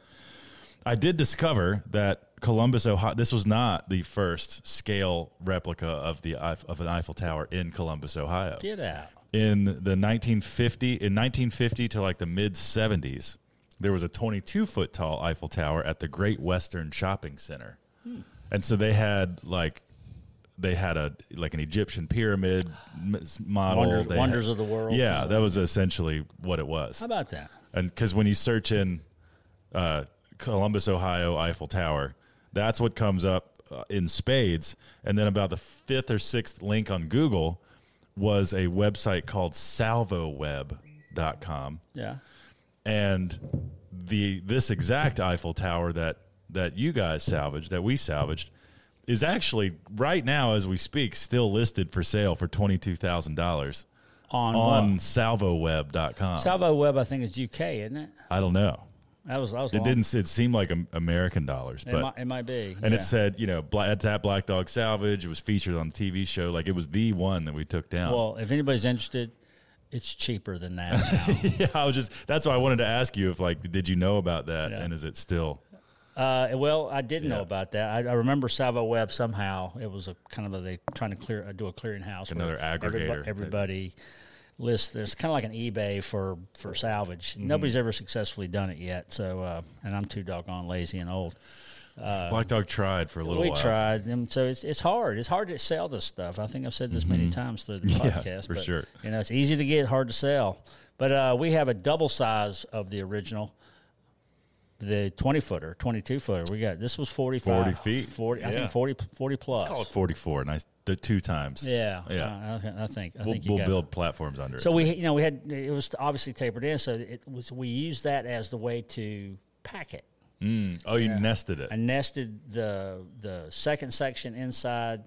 B: I did discover that Columbus, Ohio. This was not the first scale replica of the Eif- of an Eiffel Tower in Columbus, Ohio
A: Get out.
B: in the 1950 in 1950 to like the mid 70s there was a 22 foot tall eiffel tower at the great western shopping center
A: Hmm.
B: and so they had like they had a like an egyptian pyramid m- s- model
A: Wonders-
B: They
A: wonders of the world.
B: yeah that was essentially what it was
A: How about that?
B: and because when you search in uh, Columbus, Ohio, Eiffel Tower, that's what comes up uh, in spades. And then about the fifth or sixth link on Google was a website called salvoweb.com.
A: Yeah.
B: And the this exact Eiffel Tower that that you guys salvaged, that we salvaged, is actually right now as we speak still listed for sale for twenty two thousand dollars
A: On,
B: on
A: what?
B: salvoweb.com.
A: Salvo Web, I think is UK, isn't it?
B: I don't know.
A: That was. That was
B: It
A: long.
B: didn't. It seemed like Am- American dollars,
A: It,
B: but
A: might, it might be.
B: and
A: yeah.
B: it said you know Bla- at that Black Dog Salvage. It was featured on the TV show. Like it was the one that we took down.
A: Well, if anybody's interested, it's cheaper than that. Now.
B: yeah, I was just. That's why I wanted to ask you if like did you know about that and is it still?
A: Uh, well, I did
B: Yeah.
A: know about that. I, I remember Salvo Web somehow. It was a kind of a, they trying to clear do a clearinghouse. where
B: Another aggregator.
A: Everybody, everybody lists. There's kind of like an eBay for for salvage.
B: Mm-hmm.
A: Nobody's ever successfully done it yet. So, uh, and I'm too doggone lazy and old.
B: Black Dog tried for a
A: Uh,
B: little uh,
A: we
B: while.
A: tried, and so it's it's hard. It's hard to sell this stuff. I think I've said this many times through the podcast.
B: Mm-hmm. for
A: but,
B: sure.
A: You know, it's easy to get, hard to sell. But uh, we have a double size of the original, the twenty footer, twenty two footer. We got this was forty five,
B: 40 feet.
A: forty. I
B: Yeah.
A: think 40, 40 plus.
B: Call it forty four. Nice. The two times.
A: Yeah,
B: Yeah.
A: Uh, I, thi- I think I
B: We'll,
A: think you
B: we'll
A: got it.
B: build platforms under
A: So
B: it.
A: we, you know, we had it was obviously tapered in, so it was we used that as the way to pack it.
B: Oh, you nested it.
A: I nested the the second section inside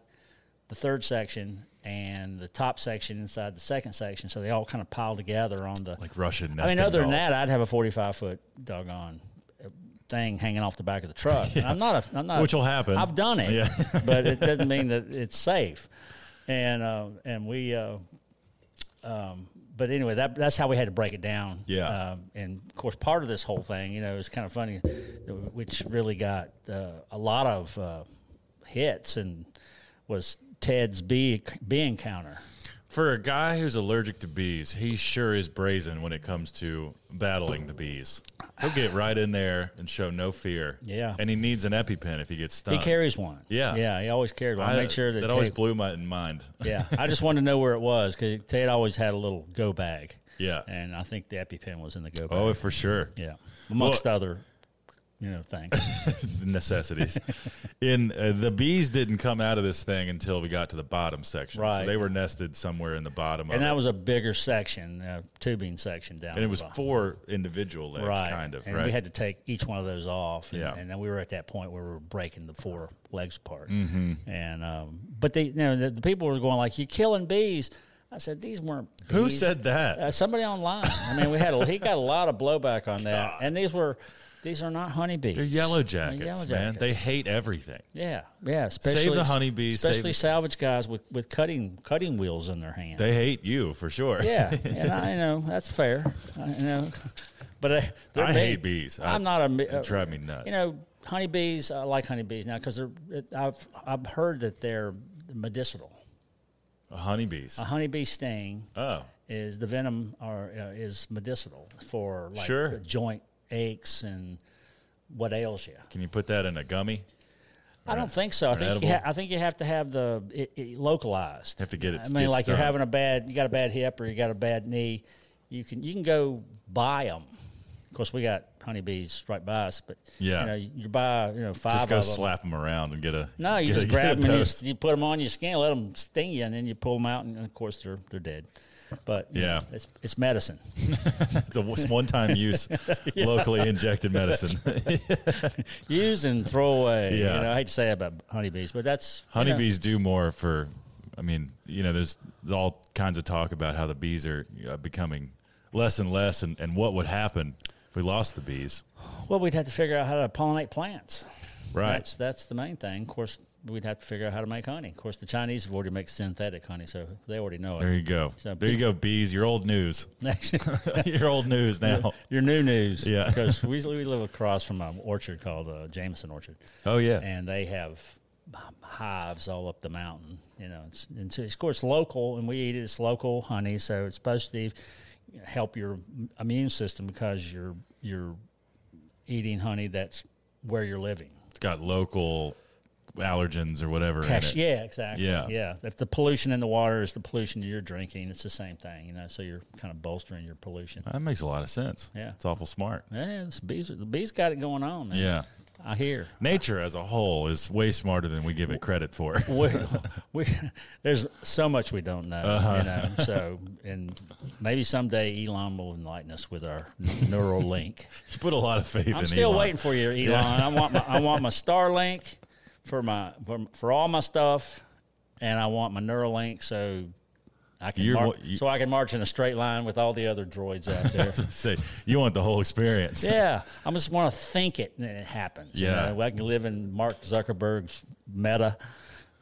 A: the third section and the top section inside the second section, so they all kind of pile together on the.
B: Like Russian
A: I
B: nesting.
A: mean, other than
B: dolls.
A: that, I'd have a forty-five foot doggone thing hanging off the back of the truck. And I'm not. A, I'm not.
B: Which will happen.
A: I've done it,
B: Yeah.
A: but it doesn't mean that it's safe. And uh, and we. Uh, um, but anyway, that, that's how we had to break it down.
B: Yeah.
A: Um, and of course, part of this whole thing, you know, is kind of funny, which really got uh, a lot of uh, hits and was Ted's bee, bee encounter.
B: For a guy who's allergic to bees, he sure is brazen when it comes to battling the bees. He'll get right in there and show no fear.
A: Yeah.
B: And he needs an EpiPen if he gets stung.
A: He carries one.
B: Uh, yeah.
A: Yeah. He always carried one. I,
B: I-
A: made sure that,
B: always
A: Ted-
B: blew my mind.
A: yeah, I just wanted to know where it was because Ted always had a little go bag.
B: Yeah.
A: and I think the EpiPen was in the go bag.
B: Oh, for sure.
A: yeah, amongst other, you know, things.
B: necessities. in uh, the bees didn't come out of this thing until we got to the bottom section. So
A: Right.
B: they were nested somewhere in the bottom
A: and
B: of
A: that
B: it.
A: was a bigger section, uh, tubing section down.
B: and it was
A: the bottom.
B: four individual legs,
A: right,
B: kind of,
A: and
B: right?
A: we had to take each one of those off. And,
B: Yeah.
A: and then we were at that point where we were breaking the four legs apart. Mm-hmm. And um, but they, you know, the, the people were going like, "You're killing bees." I said, "These weren't."
B: Who
A: bees."
B: said that?
A: Uh, somebody online. I mean, we had a, he got a lot of blowback on that, and these were these are not honeybees.
B: They're yellow
A: They're
B: jackets,
A: uh, yellow
B: man. They
A: jackets.
B: hate everything.
A: yeah, yeah. Especially
B: the honeybees, save
A: Especially
B: the-
A: salvage guys with, with cutting cutting wheels in their hand.
B: They hate you for sure.
A: yeah, and I know that's fair. I know, but uh, they're
B: I
A: big.
B: hate bees. I-
A: I'm not a.
B: They
A: Uh,
B: drive me nuts.
A: you know, honeybees. I like honeybees now because they're. I've I've heard that they're medicinal.
B: honeybees.
A: A honeybee sting.
B: Oh,
A: is the venom or uh, is medicinal for like
B: Sure.
A: the joint aches and what ails you.
B: can you put that in a gummy? You
A: I don't think so. I think you
B: edible?
A: ha- I think you have to have the it, it localized.
B: have to get it-
A: I mean,
B: get
A: like you're
B: stung.
A: having a bad, you got a bad hip or you got a bad knee. You can you can go buy them Of course, we got honeybees right by us, but
B: Yeah.
A: you know, you're by you know five
B: Just go
A: of them.
B: slap them around and get a
A: No, you
B: get a-
A: just
B: get a
A: grab them and you,
B: toast.
A: just, you put them on your skin, let them sting you, and then you pull them out, and of course they're they're dead. But you
B: Yeah.
A: know, it's it's medicine.
B: It's a it's one-time use, locally injected medicine.
A: Use and throw away. You
B: Yeah.
A: know, I hate to say that about honeybees, but that's you know,
B: Honeybees do more for. I mean, you know, there's all kinds of talk about how the bees are uh, becoming less and less, and, and what would happen if we lost the bees.
A: well, we'd have to figure out how to pollinate plants.
B: Right.
A: That's that's the main thing. Of course, we'd have to figure out how to make honey. Of course, the Chinese have already made synthetic honey, so they already know
B: There
A: it.
B: you go.
A: So
B: there you go, bees. Your old news.
A: Next,
B: your old news now.
A: your new news.
B: Yeah.
A: Because we, we live across from an orchard called uh, Jameson Orchard.
B: Oh yeah.
A: and they have hives all up the mountain. You know, it's, and so it's, of course local, and we eat it. It's local honey, so it's supposed to help your immune system because you're you're eating honey that's where you're living.
B: It's got local allergens or whatever. in
A: Cash,
B: it.
A: yeah, exactly.
B: Yeah.
A: yeah. If the pollution in the water is the pollution you're drinking, it's the same thing. You know, so you're kind of bolstering your pollution.
B: That makes a lot of sense.
A: Yeah.
B: It's awful smart.
A: Yeah, this bees, the bees got it going on. Man.
B: Yeah.
A: I hear.
B: Nature as a whole is way smarter than we give it credit for.
A: we, we there's so much we don't know,
B: Uh-huh.
A: you know. So, and maybe someday Elon will enlighten us with our neural link.
B: you put a lot of faith in
A: I'm still
B: Elon.
A: waiting for you, Elon. I want my I want my Starlink for my for, for all my stuff, and I want my Neuralink so I can
B: You're
A: mar-
B: what- you-
A: so I can march in a straight line with all the other droids out there.
B: Say you want the whole experience.
A: Yeah, I just want to think it and it happens.
B: Yeah.
A: you know? I can live in Mark Zuckerberg's Meta,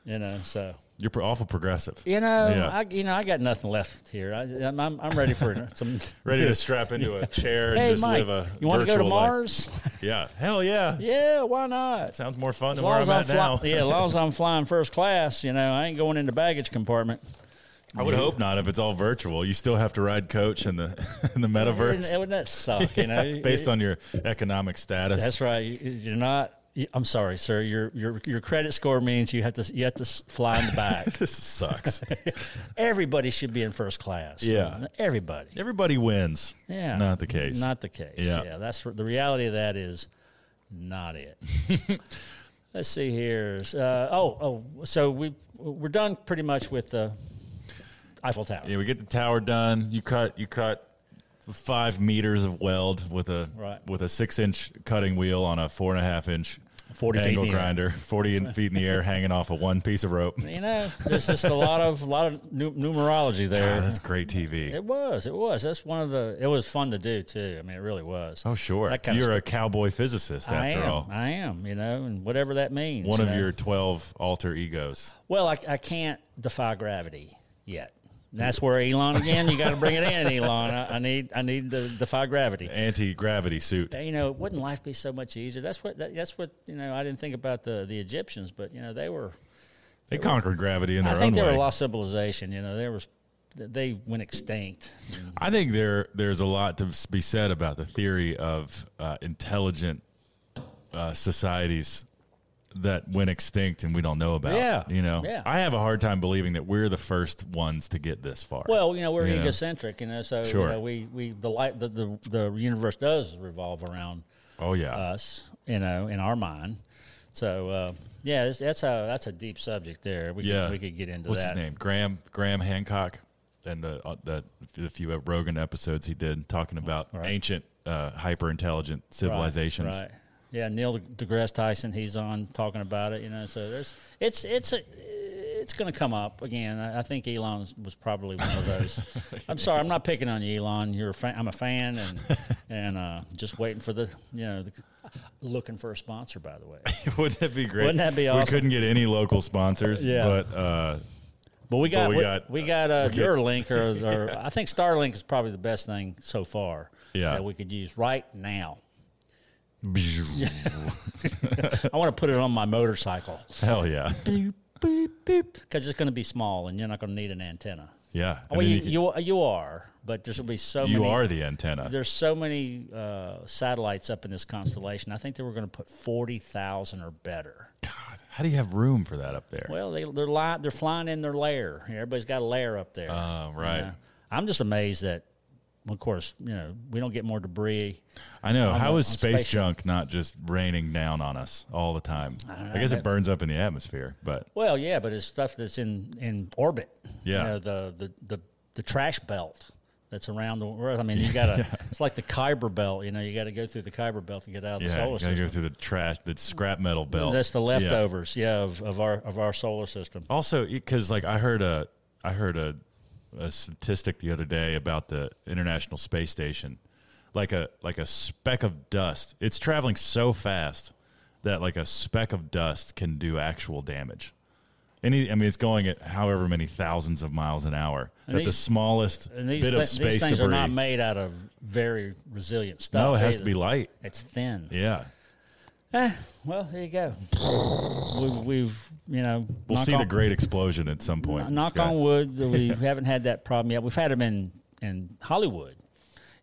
A: you know. So
B: You're pro- awful progressive.
A: You know,
B: Yeah.
A: I you know I got nothing left here. I, I'm, I'm I'm ready for some.
B: Ready to strap into a chair and
A: hey,
B: just
A: Mike,
B: live a
A: you want to go to
B: virtual life.
A: Mars?
B: Yeah, hell yeah.
A: yeah, why not? As
B: Sounds more fun than
A: long
B: where I'm
A: as fly-
B: at now.
A: yeah, as long as I'm flying first class, you know, I ain't going in the baggage compartment.
B: I would hope not. If it's all virtual, you still have to ride coach in the in the
A: Wouldn't,
B: metaverse
A: wouldn't that suck? You know,
B: based on your economic status.
A: that's right. You- You're not. I'm sorry, sir. Your your your credit score means you have to you have to s- fly in the back.
B: this sucks.
A: Everybody should be in first class.
B: Yeah.
A: everybody.
B: Everybody wins.
A: Yeah.
B: Not the case.
A: Not the case.
B: Yeah.
A: Yeah. that's the reality of that is not it. Let's see here. Uh, oh, oh, so we we're done pretty much with the Eiffel Tower.
B: yeah, we get the tower done. You cut you cut five meters of weld with a
A: Right.
B: with a six inch cutting wheel on a four and a half inch
A: 40 feet in
B: angle
A: the air.
B: grinder, forty in- feet in the air, hanging off of one piece of rope.
A: You know, there's just a lot of lot of nu- numerology there.
B: God, Ah, that's great TV.
A: it was, it was. That's one of the. It was fun to do too. I mean, it really was.
B: Oh, sure.
A: That kind
B: You're
A: of
B: a cowboy physicist,
A: I
B: after
A: am.
B: all.
A: I am. You know, and whatever that means.
B: One
A: you
B: of
A: know.
B: your 12 alter egos.
A: Well, I, I can't defy gravity yet. And that's where Elon again. You got to bring it in, Elon. I, I need I need to defy gravity.
B: Anti gravity suit.
A: You know, wouldn't life be so much easier? That's what that, that's what you know. I didn't think about the the Egyptians, but you know they were.
B: They conquered gravity in
A: I
B: their own
A: think they were
B: way.
A: a lost civilization. You know, there was they went extinct.
B: I think there there's a lot to be said about the theory of uh, intelligent uh, societies that went extinct and we don't know about.
A: Yeah.
B: You know,
A: Yeah.
B: I have a hard time believing that we're the first ones to get this far.
A: Well, you know, we're
B: You know.
A: egocentric. You know, so you
B: Sure.
A: know, we we the light the, the the universe does revolve around
B: oh, yeah.
A: us, you know, in our mind. So uh, yeah, that's, that's a that's a deep subject there. We
B: yeah.
A: could, we could get into
B: What's
A: that.
B: his name? Graham Graham Hancock and the, uh, the, the few Rogan episodes he did talking about ancient uh, hyper intelligent civilizations.
A: Right. Yeah, Neil deGrasse Tyson, he's on talking about it. You know, so there's it's it's a. It's going to come up again. I I think Elon was probably one of those. I'm sorry, I'm not picking on you, Elon. You're a fan, I'm a fan, and and uh, just waiting for the you know the, looking for a sponsor. By the way,
B: Wouldn't that be great?
A: Wouldn't that be
B: We
A: awesome?
B: couldn't get any local sponsors,
A: Yeah.
B: but uh,
A: But we got
B: we
A: we,
B: got-
A: got we got uh,
B: get-
A: Neuralink or, or I think Starlink is probably the best thing so far
B: Yeah.
A: that we could use right now.
B: uh,
A: I want to put it on my motorcycle
B: hell yeah,
A: because it's going to be small and you're not going to need an antenna.
B: yeah. And
A: well,
B: then
A: Oh, you,
B: you, could-
A: you you are, but there's going to be so
B: you
A: many.
B: are the antenna.
A: There's so many uh, satellites up in this constellation. I think they were going to put forty thousand or better.
B: God, how do you have room for that up there?
A: Well, they they're li- they're flying in their lair. Everybody's got a lair up there.
B: Uh, Oh, right.
A: I'm just amazed that of course, you know, we don't get more debris.
B: I know.
A: on
B: How
A: the-
B: is
A: on
B: space,
A: space
B: junk not just raining down on us all the time? I,
A: don't
B: guess
A: know.
B: it burns up in the atmosphere, but
A: Well, yeah, but it's stuff that's in in orbit.
B: Yeah.
A: you know, the, the the the trash belt that's around the Earth. I mean, you gotta. It's like the Kuiper belt. You know, you got to go through the Kuiper belt to get out of the
B: yeah,
A: solar
B: you gotta go
A: system.
B: through the trash, the scrap metal belt.
A: That's the
B: Yeah.
A: leftovers, yeah, of, of our of our solar system.
B: Also, because like I heard a, I heard a, a statistic the other day about the International Space Station, like a like a speck of dust. It's traveling so fast that like a speck of dust can do actual damage. Any, I mean, it's going at however many thousands of miles an hour. that the
A: these-
B: smallest
A: And these
B: bit
A: thi-
B: of space
A: these things
B: debris.
A: are not made out of very resilient stuff.
B: no, it has to
A: either.
B: be light.
A: It's thin.
B: Yeah,
A: Eh, well, there you go. We've, we've you know,
B: we'll
A: knock
B: see the
A: on-
B: great explosion at some point. in the
A: Knock
B: sky.
A: on wood, that we haven't had that problem yet. We've had them in in Hollywood,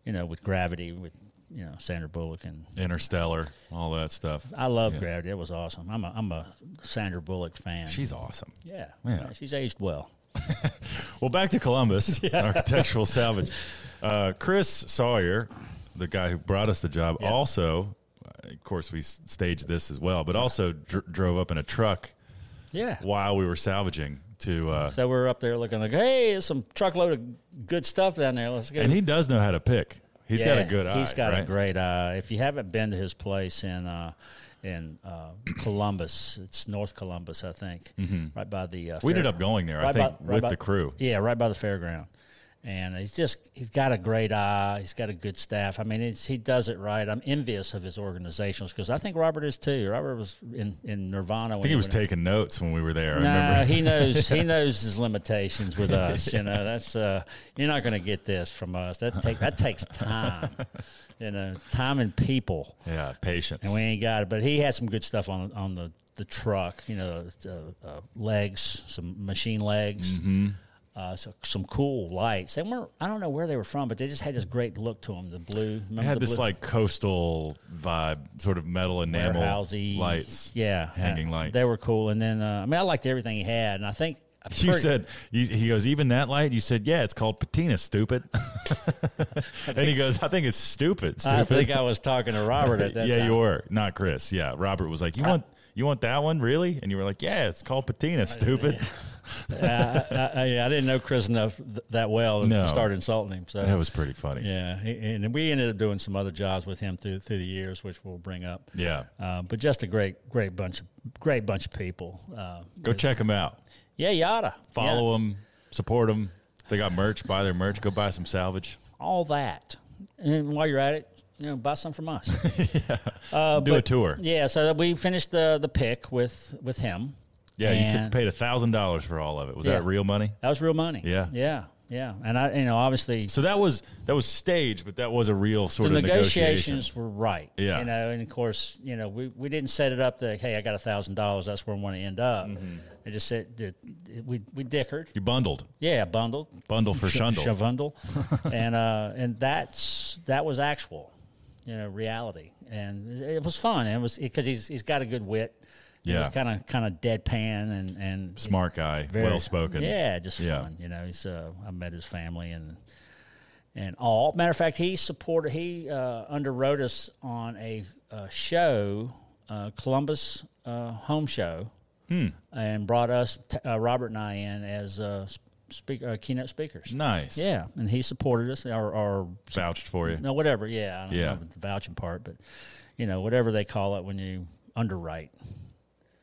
A: you know, with gravity, with you know Sandra Bullock, and
B: Interstellar, all that stuff.
A: I love gravity. It was awesome. I'm a I'm a Sandra Bullock fan.
B: She's awesome.
A: yeah,
B: Yeah.
A: she's aged well.
B: Well, back to Columbus, architectural salvage. Uh, Chris Sawyer, the guy who brought us the job, also, uh, of course, we s- staged this as well, but also dr- drove up in a truck
A: Yeah.
B: while we were salvaging to. Uh,
A: So we're up there looking like, hey, there's some truckload of good stuff down there. Let's go.
B: and he does know how to pick. He's got a
A: Yeah,
B: good eye.
A: He's got a
B: right?
A: great eye. If you haven't been to his place in uh, in uh, Columbus, it's North Columbus, I think, right by the. Uh,
B: Mm-hmm. We
A: fair-
B: ended up going there, I
A: right by-
B: think,
A: right
B: with
A: by-
B: the crew.
A: Yeah, right by the fairground, and he's just he's got a great eye. He's got a good staff. I mean, it's, he does it right. I'm envious of his organizations because I think Robert is too. Robert was in in Nirvana.
B: I think he was taking notes when we were there. I
A: No,
B: remember.
A: he knows he knows his limitations with us. You know, that's uh, you're not going to get this from us. That take that takes time. You know, time and people,
B: Yeah, patience.
A: and we ain't got it. But he had some good stuff on on the the truck. You know, uh, uh, legs, some machine legs.
B: Mm-hmm.
A: Uh, so some cool lights. They weren't. I don't know where they were from, but they just had this great look to them. The blue. Remember
B: It had
A: the
B: this
A: blue?
B: like coastal vibe, sort of metal enamel
A: warehousey
B: lights.
A: Yeah,
B: hanging
A: uh,
B: lights.
A: They were cool. And then uh, I mean, I liked everything he had, and I think. I'm
B: You
A: pretty-
B: said you, he goes even that light. You said yeah, it's called patina, stupid. and he goes, I think it's stupid,
A: I
B: stupid.
A: think I was talking to Robert at that
B: yeah,
A: time.
B: you were not Chris. Yeah, Robert was like, you want you want that one really? And you were like, yeah, it's called patina, stupid.
A: I, I, I didn't know Chris enough th- that well
B: No.
A: to start insulting him. So
B: That was pretty funny. Yeah.
A: yeah, he- and we ended up doing some other jobs with him through through the years, which we'll bring up. Uh, but just a great, great bunch of great bunch of people. Uh,
B: Go check them out.
A: yeah, yada.
B: Follow them. Support them. They got merch. Buy their merch. Go buy some salvage.
A: Yeah, all that. And while you're at it, you know, buy some from us. Uh,
B: Do a tour.
A: yeah. So we finished the the pick with with him.
B: Yeah, you said
A: And-
B: paid a thousand dollars for all of it. Was
A: Yeah.
B: that real money?
A: That was real money.
B: Yeah.
A: Yeah. Yeah. And I, you know, obviously
B: So that was that was staged, but that was a real sort
A: the
B: of negotiation.
A: negotiations were right.
B: Yeah.
A: You know, and of course, you know, we, we didn't set it up that, hey, I got a thousand dollars, that's where I'm gonna end up.
B: Mm-hmm.
A: It just said that we we dickered.
B: You bundled.
A: Yeah, bundled.
B: Bundle for
A: Sh-
B: shundle.
A: Shavundle. and uh and that's that was actual, you know, reality. And it was fun. It was because he's he's got a good wit. He was
B: Yeah.
A: kind of kind of deadpan and and
B: Smart guy,
A: very-
B: well spoken.
A: Yeah, just
B: Yeah.
A: fun. You know, he's uh, I met his family and and all. Matter of fact, he supported. He uh, underwrote us on a, uh show, uh, Columbus uh, home show,
B: Hmm.
A: and brought us t- uh, Robert and I in as uh, speak, uh, keynote speakers.
B: Nice.
A: Yeah, and he supported us. Our, our
B: Vouched for you.
A: no, whatever. Yeah, I don't
B: Yeah.
A: know the vouching part, but you know, whatever they call it when you underwrite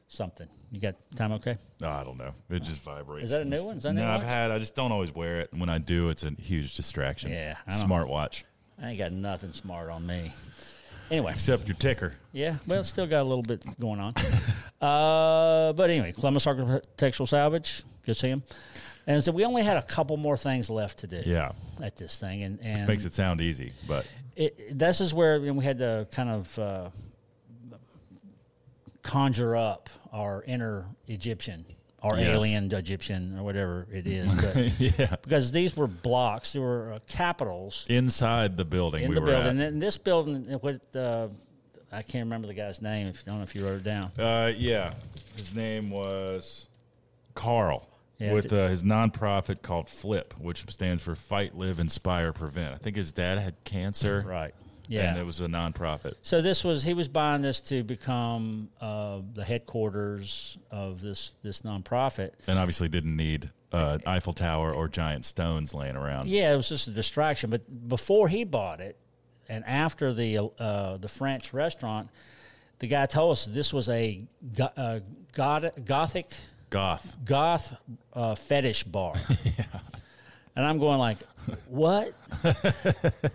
A: something. You got time? Okay.
B: No, I don't know. It just vibrates.
A: Is that a new one? Is that a new
B: no, I've
A: watch?
B: had. I just don't always wear it. And when I do, it's a huge distraction.
A: Yeah, I don't-
B: Smart watch.
A: I ain't got nothing smart on me. Anyway,
B: Except your ticker.
A: yeah, well, still got a little bit going on. Uh, but anyway, Columbus Architectural Salvage, good see him. And so we only had a couple more things left to do
B: Yeah.
A: at this thing, and and
B: Makes it sound easy, but
A: it, this is where you know, we had to kind of uh, conjure up our inner Egyptian, our
B: Yes.
A: alien Egyptian, or whatever it is, but,
B: yeah.
A: because these were blocks, they were uh, capitals
B: Inside the building
A: in
B: we
A: the
B: were
A: building.
B: at.
A: And this building, uh, what uh, I can't remember the guy's name. If I don't know if you wrote it down.
B: Uh, yeah. His name was Carl.
A: Yeah,
B: with uh, his nonprofit called FLIP, which stands for Fight, Live, Inspire, Prevent. I think his dad had cancer.
A: Right. Yeah.
B: And it was a nonprofit.
A: So this was he was buying this to become uh, the headquarters of this this nonprofit.
B: And obviously didn't need uh, Eiffel Tower or giant stones laying around.
A: Yeah, it was just a distraction. But before he bought it, and after the uh, the French restaurant, the guy told us this was a go- uh, god- gothic
B: Goth.
A: goth uh, fetish bar. And I'm going like, what?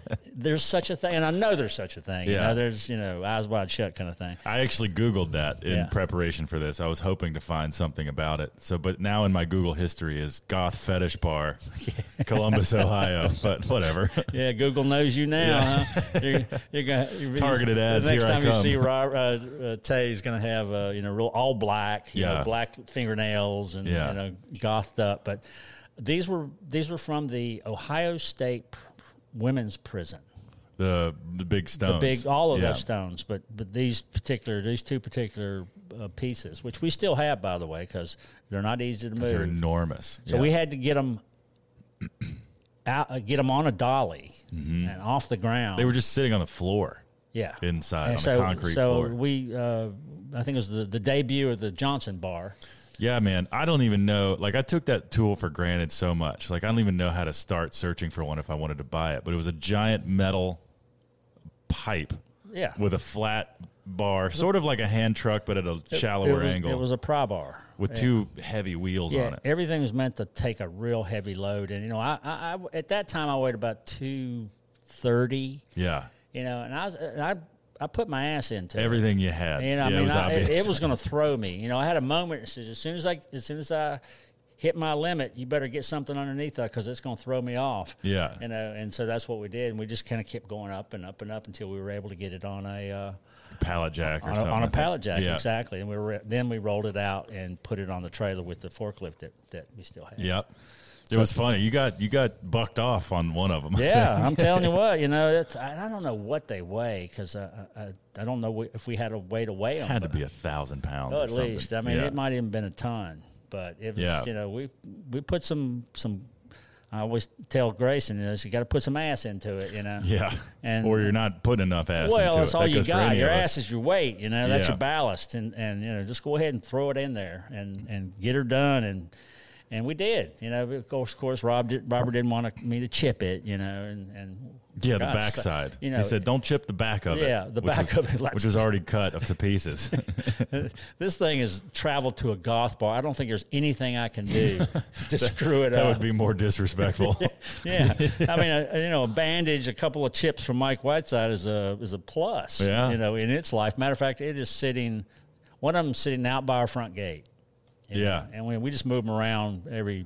A: there's such a thing, and I know there's such a thing. You
B: Yeah.
A: know, there's you know eyes wide shut kind of thing.
B: I actually Googled that in
A: Yeah.
B: preparation for this. I was hoping to find something about it. So, but now in my Google history is Goth Fetish Bar, Columbus, Ohio. But whatever.
A: Yeah, Google knows you now.
B: Yeah.
A: Huh? You're, you're gonna you're-
B: Targeted ads,
A: The next
B: here I
A: time
B: come.
A: you see Rob, uh, uh, Tay's gonna have uh, you know real all black, you
B: Yeah.
A: know, black fingernails and
B: Yeah.
A: you know gothed up. But these were these were from the Ohio State pr- women's prison.
B: The the big stones.
A: The big all of
B: Yeah.
A: those stones, but but these particular these two particular uh, pieces, which we still have by the way, because they're not easy to move.
B: They're enormous.
A: So
B: Yeah.
A: we had to get them out, uh, get them on a dolly and off the ground.
B: Mm-hmm. they were just sitting on the floor.
A: yeah
B: inside
A: And
B: on the concrete
A: so
B: floor.
A: we, uh, I think it was the, the debut of the Johnson Bar.
B: Yeah, man. I don't even know. Like, I took that tool for granted so much. Like, I don't even know how to start searching for one if I wanted to buy it. But it was a giant metal pipe
A: Yeah,
B: with a flat bar, sort of like a hand truck, but at a
A: it
B: shallower
A: was,
B: angle
A: It was a pry bar.
B: with two heavy wheels on
A: Yeah,
B: it.
A: everything was meant to take a real heavy load, and you know, I, I, I at that time I weighed about two thirty.
B: Yeah.
A: You know, and I was, and I I put my ass into it.
B: Everything you had.
A: You know,
B: yeah,
A: I mean,
B: it was
A: I,
B: obvious.
A: it, it was going to throw me. You know, I had a moment. and said, as soon as I, as soon as I hit my limit, you better get something underneath that because it's going to throw me off.
B: Yeah.
A: You know, and so that's what we did, and we just kind of kept going up and up and up until we were able to get it on a uh,
B: pallet jack or
A: on, a,
B: something.
A: on
B: I
A: a
B: think.
A: pallet jack,
B: Yeah.
A: exactly. And we were, then we rolled it out and put it on the trailer with the forklift that that we still had.
B: Yep. It was funny. You got you got bucked off on one of them.
A: Yeah, I'm telling you what, you know, it's, I, I don't know what they weigh because I, I uh, I don't know if we had a way to weigh them.
B: had to be a thousand pounds.
A: Oh,
B: or
A: at
B: something.
A: least. I mean,
B: Yeah.
A: it might even been a ton, but it was,
B: Yeah.
A: you know, we we put some some. I always tell Grayson, you know, you got to put some ass into it, you know.
B: Yeah.
A: And-
B: or you're not putting enough ass.
A: Well,
B: into
A: that's
B: it.
A: all
B: That
A: you
B: goes for
A: got.
B: any
A: Your
B: of us.
A: ass is your weight, you know. That's
B: Yeah.
A: your ballast, and and you know, just go ahead and throw it in there and and get her done and. And we did, you know. Of course, of course, Rob did, Robert didn't want me to chip it, you know, and, and
B: Yeah, the
A: God, so-
B: backside.
A: You know,
B: he said, "Don't chip the back of it."
A: Yeah, the
B: which
A: back
B: was-
A: of it, like-
B: which was already cut up to pieces.
A: this thing has traveled to a goth bar. I don't think there's anything I can do to screw it
B: that
A: up.
B: would be more disrespectful.
A: Yeah, I mean, a, you know, a bandage, a couple of chips from Mike Whiteside is a is a plus.
B: Yeah.
A: you know, in its life. Matter of fact, it is sitting. One of them sitting out by our front gate. you
B: Yeah.
A: know, and we we just move them around every,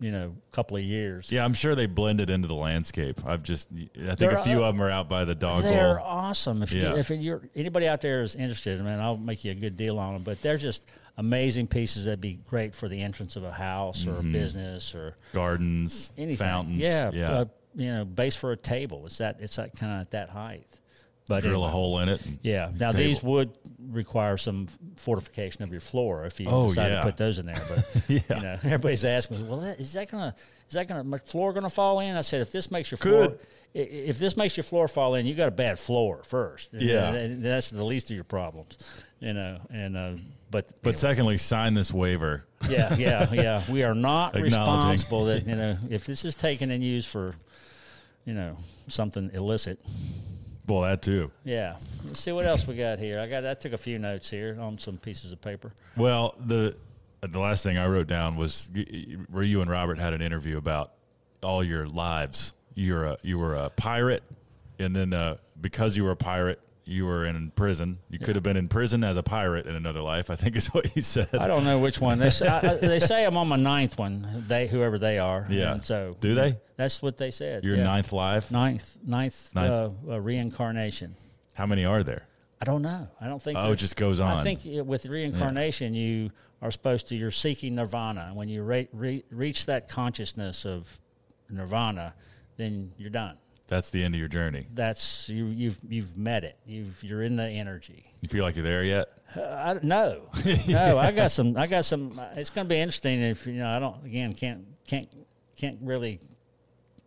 A: you know, couple of years.
B: yeah, I'm sure they blended into the landscape. I've just, I think a
A: They're,
B: few
A: uh,
B: of them are out by the dog
A: They're
B: bowl.
A: awesome. If
B: Yeah.
A: you, if you're anybody out there is interested, man, I'll make you a good deal on them. But they're just amazing pieces that'd be great for the entrance of a house or a business or
B: Gardens,
A: anything.
B: Mm-hmm. fountains,
A: Yeah,
B: yeah.
A: Uh, you know, base for a table. It's that. It's that kind of at that height. But
B: Drill
A: anyway.
B: a hole in it. and-
A: Yeah. Now
B: table.
A: these would require some fortification of your floor if you
B: Oh,
A: decide
B: yeah.
A: to put those in there. But you know, everybody's asking me, well, that, is that gonna is that gonna my floor gonna fall in? I said, if this makes your floor
B: Could.
A: i- i- if this makes your floor fall in, you got a bad floor first.
B: Yeah.
A: And- and that's the least of your problems. You know, and uh, but
B: But secondly, sign this waiver.
A: yeah, yeah, yeah. We are not
B: Acknowledging.
A: responsible that you know if this is taken and used for, you know, something illicit.
B: Well, that too.
A: Yeah. Let's see what else we got here. I got I took a few notes here on some pieces of paper.
B: Well, the uh, the last thing I wrote down was y- y- where you and Robert had an interview about all your lives. You're a you were a pirate, and then uh, because you were a pirate, you were in prison. You could have been in prison as a pirate in another life. I think is what you said.
A: I don't know which one. They say, I, I- they say I'm on my ninth one. They whoever they are.
B: Yeah.
A: And so
B: Do they?
A: That's what they said.
B: Your
A: yeah.
B: ninth life.
A: ninth ninth,
B: Ninth.
A: Uh, uh, reincarnation.
B: How many are there?
A: I don't know. I don't think.
B: Oh, it
A: there's-
B: just goes on.
A: I think it- with reincarnation, you are supposed to. You're seeking nirvana. When you re, re, reach that consciousness of nirvana, then you're done.
B: That's the end of your journey.
A: That's you, you've you've met it. You've you're in the energy.
B: You feel like you're there yet?
A: I no, no. I got some. I got some. It's going to be interesting if you know. I don't again can't can't can't really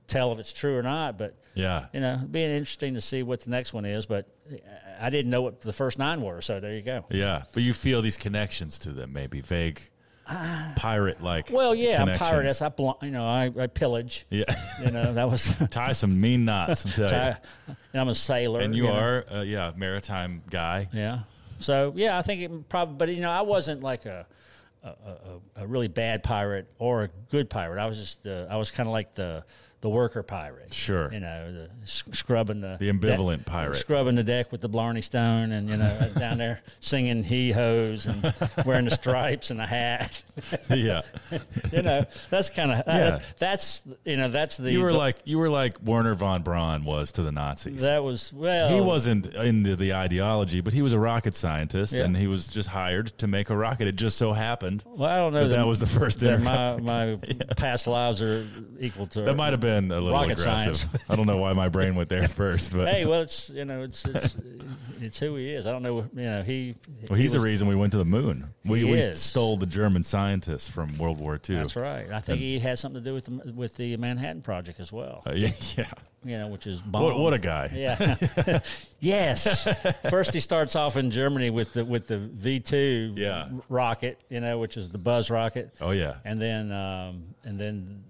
A: tell if it's true or not. But
B: Yeah.
A: you know, it'd be interesting to see what the next one is. But uh, I didn't know what the first nine were, so there you go.
B: Yeah. But you feel these connections to them, maybe vague, pirate like.
A: Ah. Well, yeah, I'm piratess. I bl- you know I, I pillage.
B: Yeah.
A: You know that was.
B: Tie some mean knots, i tell you.
A: I, and I'm a sailor.
B: and you
A: know.
B: are, uh, yeah, maritime guy.
A: Yeah. So yeah, I think it probably, but you know, I wasn't like a a, a, a really bad pirate or a good pirate. I was just uh, I was kind of like the the worker pirate.
B: Sure.
A: You know, the, sc- scrubbing the
B: The ambivalent pirate.
A: scrubbing the deck with the Blarney Stone, and you know, down there singing hee hoes and wearing the stripes and a hat.
B: yeah.
A: you know, that's kind of
B: Yeah.
A: that's, you know that's the
B: You were like you were like Werner von Braun was to the Nazis.
A: that was well
B: he wasn't into the ideology, but he was a rocket scientist,
A: Yeah.
B: and he was just hired to make a rocket. It just so happened
A: Well, I don't know
B: that that was the first
A: that
B: interview.
A: my my past lives are equal to
B: That might have been a little
A: Rocket
B: aggressive.
A: science.
B: I don't know why my brain went there first, but
A: hey, well, it's you know, it's it's it's who he is. I don't know, you know, he.
B: well, he's
A: he was-
B: the reason we went to the moon. We,
A: He
B: we
A: is.
B: stole the German scientists from World War II.
A: That's right. I think he had something to do with the with the Manhattan Project as well.
B: Uh, yeah, yeah.
A: You know, which is bomb.
B: What, what a guy.
A: yeah. yes. First, he starts off in Germany with the with the V two
B: Yeah.
A: rocket, you know, which is the buzz rocket.
B: Oh yeah.
A: and then um, and then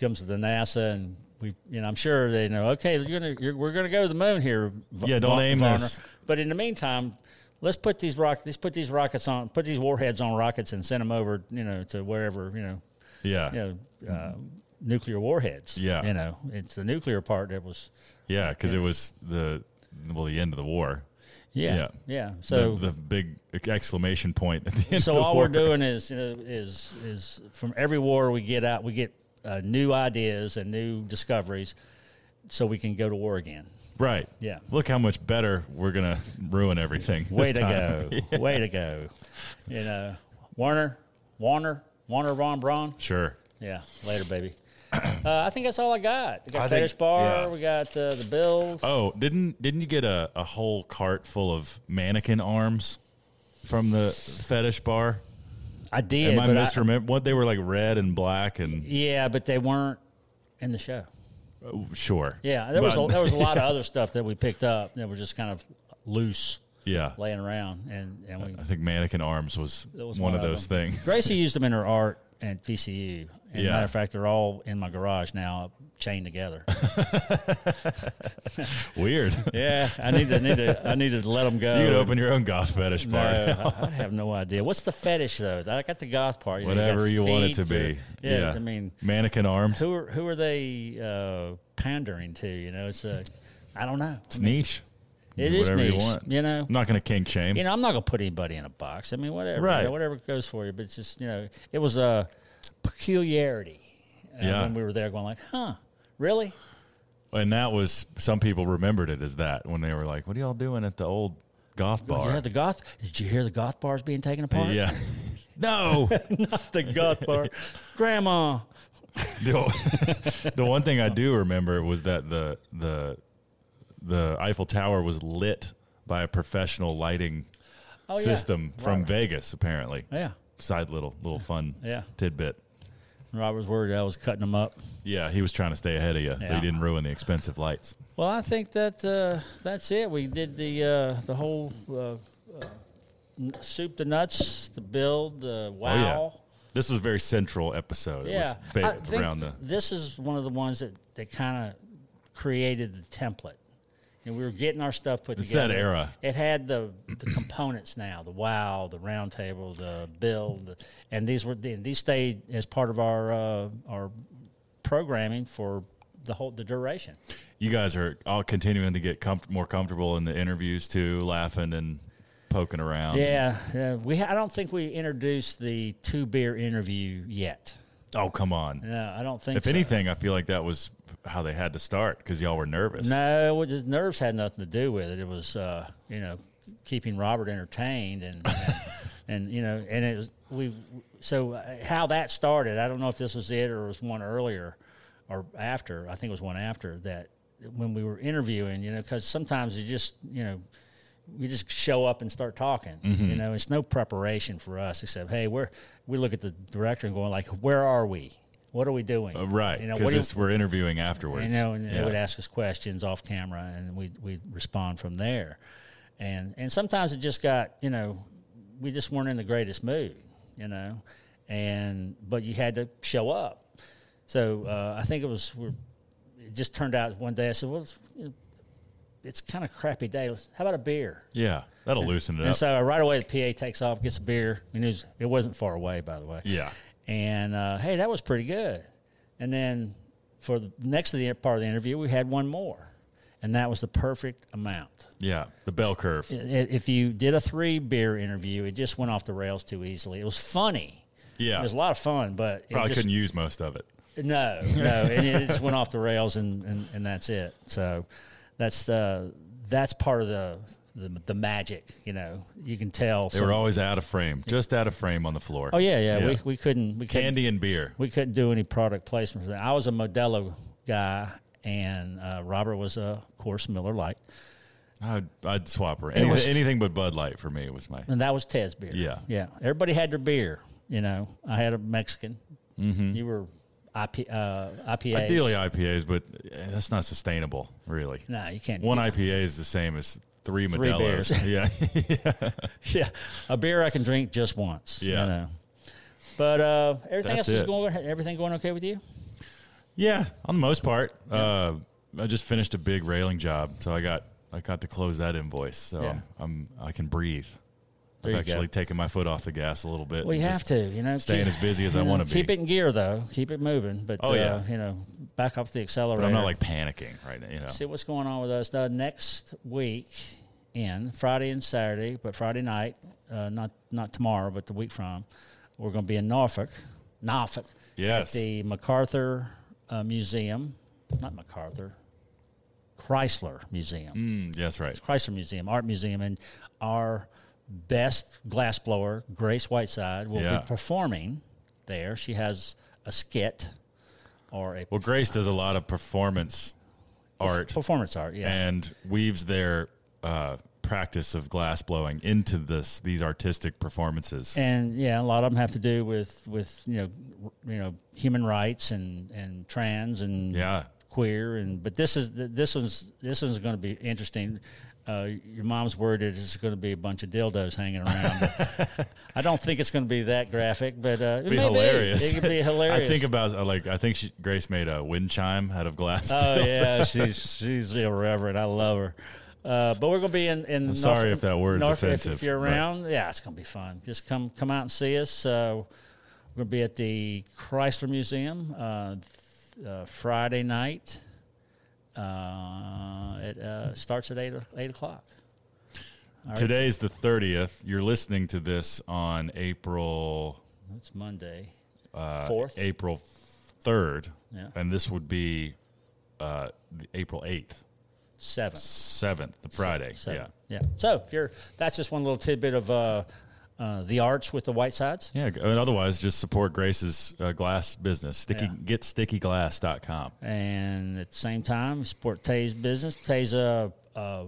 A: comes to the NASA, and we, you know, I'm sure they know. Okay, you're gonna, you're, we're gonna go to the moon here. V-
B: Yeah, don't
A: Von-
B: aim
A: Vonner.
B: this.
A: But in the meantime, let's put these rockets, let's put these rockets on, put these warheads on rockets, and send them over, you know, to wherever, you know,
B: Yeah.
A: you know, uh, nuclear warheads.
B: Yeah.
A: you know, it's the nuclear part that was.
B: Yeah, because it was the well, the end of the war.
A: Yeah,
B: Yeah.
A: yeah. So
B: the, the big exclamation point at the end.
A: so
B: of the
A: all
B: war.
A: we're doing is you know, is is from every war we get out we get uh, new ideas and new discoveries so we can go to war again
B: right.
A: Yeah.
B: Look how much better we're gonna ruin everything.
A: way to
B: this time.
A: go way to go you know warner warner warner von braun
B: Sure.
A: yeah later baby uh, i think that's all i got we got
B: I think-
A: fetish bar
B: yeah.
A: we got uh, the bills
B: Oh, didn't didn't you get a, a whole cart full of mannequin arms from the fetish bar?
A: i did
B: Am I
A: but I-
B: misremember? What they were like red and black and
A: yeah but they weren't in the show
B: oh, sure.
A: yeah there was a,
B: But-
A: there was a lot of other stuff that we picked up that were just kind of loose
B: yeah.
A: laying around, and and we
B: I think mannequin arms was,
A: that was
B: one, of those
A: them.
B: things.
A: Gracie used them in her art at VCU. And
B: Yeah.
A: matter of fact, they're all in my garage now, chained together.
B: Weird.
A: yeah, I need to need to I need to let them go.
B: you could open your own goth fetish
A: No,
B: bar.
A: I, I have no idea. What's the fetish though? I got the goth part. You know, you got
B: whatever you want it
A: feet,
B: to be.
A: your- yeah, I mean,
B: mannequin arms.
A: who are who are they uh, pandering to? You know, it's a I don't know.
B: It's niche.
A: It is
B: whatever
A: niche,
B: You, want.
A: you know?
B: I'm not going to kink shame.
A: you know, I'm not gonna put anybody in a box. I mean, whatever, you
B: Right.
A: know, whatever goes for you. But it's just you know, it was a peculiarity uh,
B: Yeah.
A: when we were there, going like, huh, really?
B: and that was some people remembered it as that when they were like, "What are y'all doing at the old goth bar?"
A: Yeah, the goth. Did you hear the goth bars being taken apart?
B: Yeah. no.
A: not the goth bar, Grandma.
B: the, the one thing I do remember was that the the the Eiffel Tower was lit by a professional lighting
A: Oh, yeah.
B: system from
A: Right.
B: Vegas, apparently.
A: Yeah,
B: Side little little fun
A: Yeah.
B: tidbit.
A: Robert was worried I was cutting them up.
B: Yeah, he was trying to stay ahead of you, so he
A: Yeah.
B: didn't ruin the expensive lights.
A: Well, I think that uh, that's it. We did the uh, the whole uh, uh, n- soup to nuts, the build, the
B: Oh
A: wow.
B: yeah, this was a very central episode.
A: Yeah,
B: it
A: I
B: was ba-
A: think
B: around the
A: this is one of the ones that that kind of created the template, and we were getting our stuff put
B: It's that
A: together.
B: era.
A: It had the, the components now: the wow, the round table, the build, and these were and these stayed as part of our uh, our programming for the whole the duration.
B: you guys are all continuing to get comf- more comfortable in the interviews too, laughing and poking around.
A: Yeah, yeah, we I don't think we introduced the two beer interview yet.
B: Oh come on.
A: No, I don't think.
B: If
A: so.
B: anything, I feel like that was how they had to start because y'all were nervous.
A: No, well, just nerves had nothing to do with it. It was, uh, you know, keeping Robert entertained and, and, and, you know, and it was, we, so uh, how that started, I don't know if this was it or it was one earlier or after. I think it was one after that when we were interviewing, you know, because sometimes you just, you know, we just show up and start talking.
B: Mm-hmm.
A: You know, it's no preparation for us except, hey, we're we look at the director and going like, where are we? What are we doing?
B: Uh, right.
A: You know,
B: Because
A: what do you,
B: we're interviewing afterwards.
A: you know, and
B: Yeah.
A: they would ask us questions off camera, and we we respond from there. And and sometimes it just got you know, we just weren't in the greatest mood, you know, and but you had to show up. So uh, I think it was we're, it just turned out one day I said, well, it's, it's kind of a crappy day. Let's- How about a beer?
B: Yeah. That'll loosen it
A: And
B: up.
A: so right away the PA takes off, gets a beer. We knew it wasn't far away, by the way
B: yeah.
A: and uh, hey, that was pretty good. And then for the next to the part of the interview, we had one more, and that was the perfect amount.
B: Yeah. The bell curve.
A: I- If you did a three beer interview, it just went off the rails too easily. It was funny.
B: Yeah.
A: It was a lot of fun, but it
B: Probably
A: just-
B: couldn't use most of it.
A: No, no, and it just went off the rails, and, and, and that's it. So that's the that's part of the the, the magic. You know, you can tell.
B: They
A: some-
B: were always out of frame, just out of frame on the floor.
A: oh yeah, yeah, We,
B: Yeah.
A: we couldn't we couldn't
B: Candy and beer.
A: we couldn't do any product placement. for that. I was a Modelo guy, and uh, Robert was, uh, of course, Miller Lite,
B: I'd, I'd swap her. Any,
A: was-
B: anything but Bud Light for me was my.
A: and that was Ted's beer.
B: Yeah.
A: yeah. Everybody had their beer. You know, I had a Mexican. Mm-hmm. You were IP, uh, IPAs.
B: Ideally IPAs, but eh, that's not sustainable, really.
A: no, you can't.
B: One IPA is the same as three
A: Three
B: Modelo's. Yeah.
A: yeah, a beer I can drink just once.
B: Yeah.
A: you know. But uh, everything
B: That's
A: else is
B: it.
A: going. Everything going okay with you?
B: yeah, on the most part. Uh, I just finished a big railing job, so I got I got to close that invoice. So
A: Yeah.
B: I'm I can breathe.
A: There
B: I've
A: you go.
B: actually taken my foot off the gas a little bit.
A: Well, you
B: and
A: have
B: just-
A: to, you know,
B: staying as busy as I
A: you know,
B: wanna be.
A: Keep it in gear though. Keep it moving. But
B: Oh,
A: uh,
B: yeah.
A: you know, back up the accelerator.
B: But I'm not like panicking right now. You know.
A: see what's going on with us uh, next week in Friday and Saturday, but Friday night, uh, not not tomorrow, but the week from, we're going to be in Norfolk, Norfolk,
B: Yes.
A: at the MacArthur uh, Museum, not MacArthur, Chrysler Museum.
B: Mm, yes, right.
A: Chrysler Museum, Art Museum, and our best glassblower, Grace Whiteside, will
B: Yeah.
A: be performing there. She has a skit or a
B: Well, Grace does a lot of performance art
A: performance art, yeah.
B: and weaves their uh, practice of glass blowing into this these artistic performances.
A: and yeah, a lot of them have to do with with you know r- you know human rights and and trans and
B: Yeah.
A: queer and but this is th- this one's this one's going to be interesting. Uh, your mom's worried that it's going to be a bunch of dildos hanging around. I don't think it's going to be that graphic, but uh, it
B: It'd be
A: may
B: hilarious.
A: It could be hilarious.
B: I think about uh, like I think she, Grace made a wind chime out of glass.
A: Oh yeah, she's she's irreverent. I love her. Uh, but we're gonna be in. in Norfolk-
B: sorry if that word's
A: Norfolk, if- If,
B: offensive,
A: you're
B: but-
A: around, yeah, it's gonna be fun. Just come come out and see us. Uh, we're gonna be at the Chrysler Museum uh, th- uh, Friday night. Uh, it uh, starts at eight o- eight o'clock.
B: Today's the thirtieth. You're listening to this on April
A: It's Monday,
B: Uh,
A: fourth.
B: April third,
A: Yeah.
B: and this would be uh, the April eighth,
A: seventh.
B: seventh, the Friday.
A: So,
B: Yeah,
A: yeah. So if you're, that's just one little tidbit of uh, uh, the arts with the white sides.
B: yeah. g- And otherwise, just support Grace's uh, glass business. Sticky, getstickyglass.com.
A: and at the same time support Tay's business. Tay's uh, uh,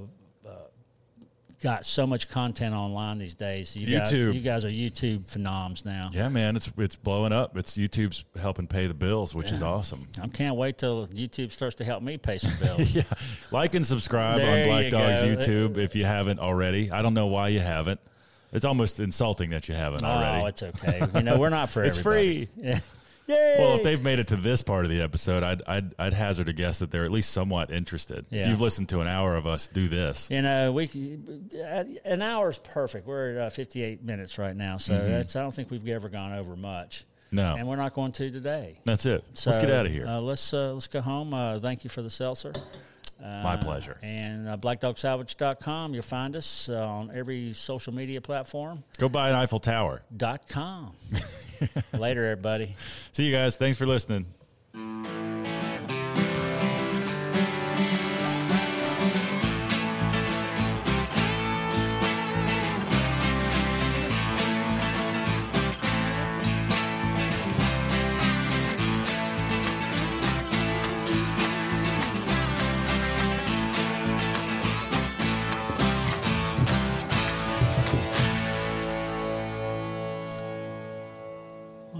A: uh, got so much content online these days. You guys,
B: YouTube.
A: you guys are YouTube phenoms now.
B: Yeah, man, it's it's blowing up. It's YouTube's helping pay the bills, which is awesome.
A: I can't wait till YouTube starts to help me pay some bills.
B: Yeah, like and subscribe
A: There
B: on Black
A: you
B: Dogs
A: go.
B: YouTube if you haven't already. I don't know why you haven't. It's almost insulting that you haven't already.
A: Oh, it's okay. You know, we're not for
B: It's
A: everybody.
B: free.
A: Yeah.
B: Well, if they've made it to this part of the episode, I'd, I'd I'd hazard a guess that they're at least somewhat interested. If
A: Yeah.
B: you've listened to an hour of us do this.
A: You know, we can- an hour is perfect. We're at uh, 58 minutes right now, so that's, I don't think we've ever gone over much.
B: Mm-hmm. No.
A: and we're not going to today.
B: That's it. Let's get
A: So,
B: out of here.
A: Uh, let's uh, let's go home. Uh, thank you for the seltzer.
B: My pleasure.
A: And uh, blackdogsalvage.com. You'll find us uh, on every social media platform.
B: Go buy an Eiffel Tower.
A: Dot com. Later, everybody.
B: See you guys. Thanks for listening.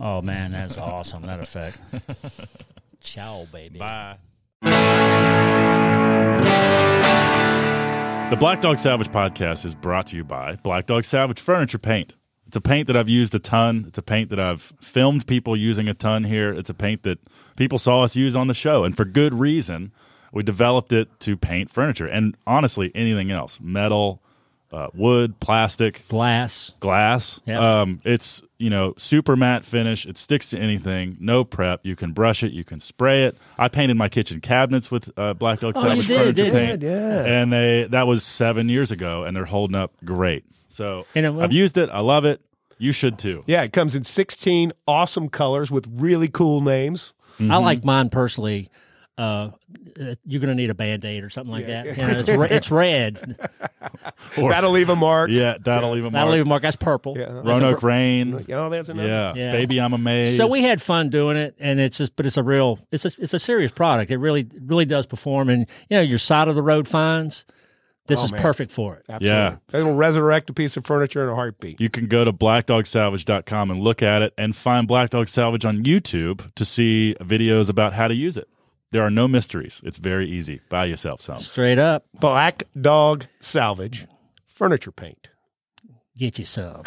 A: Oh man, that's awesome. That effect. Ciao, baby.
B: Bye. The Black Dog Salvage podcast is brought to you by Black Dog Salvage Furniture Paint. It's a paint that I've used a ton. It's a paint that I've filmed people using a ton here. It's a paint that people saw us use on the show, and for good reason. We developed it to paint furniture and honestly anything else metal, uh, wood, plastic
A: Glass.
B: glass.
A: Yeah.
B: Um, it's you know super matte finish. It sticks to anything. No prep. You can brush it. You can spray it. I painted my kitchen cabinets with uh, black dog
A: Oh, you
B: salvage
A: did,
B: furniture
A: didn't
B: paint,
C: you? Yeah,
B: and they that was seven years ago, and they're holding up great. So
A: And it will-
B: I've used it. I love it. You should too.
C: Yeah, it comes in 16 awesome colors with really cool names.
B: Mm-hmm.
A: I like mine personally. Uh, uh, you're gonna need a band aid or something like that. You know, it's, re- it's red.
B: Or-
C: That'll leave a mark.
B: yeah, that'll even
A: That'll
B: mark.
A: leave a mark. That's purple.
C: Yeah.
A: That's a
B: Roanoke rain.
C: Oh, there's another.
B: Yeah.
A: Yeah.
B: baby, I'm amazed.
A: So we had fun doing it, and it's just, but it's a real, it's a, it's a serious product. It really, really does perform, and you know your side of the road finds. This is perfect for it.
C: Absolutely.
B: Yeah.
C: It'll resurrect a piece of furniture in a heartbeat.
B: You can go to blackdogsalvage.com and look at it and find Black Dog Salvage on YouTube to see videos about how to use it. There are no mysteries. It's very easy. Buy yourself some.
A: Straight up,
C: Black Dog Salvage Furniture Paint.
A: get you some.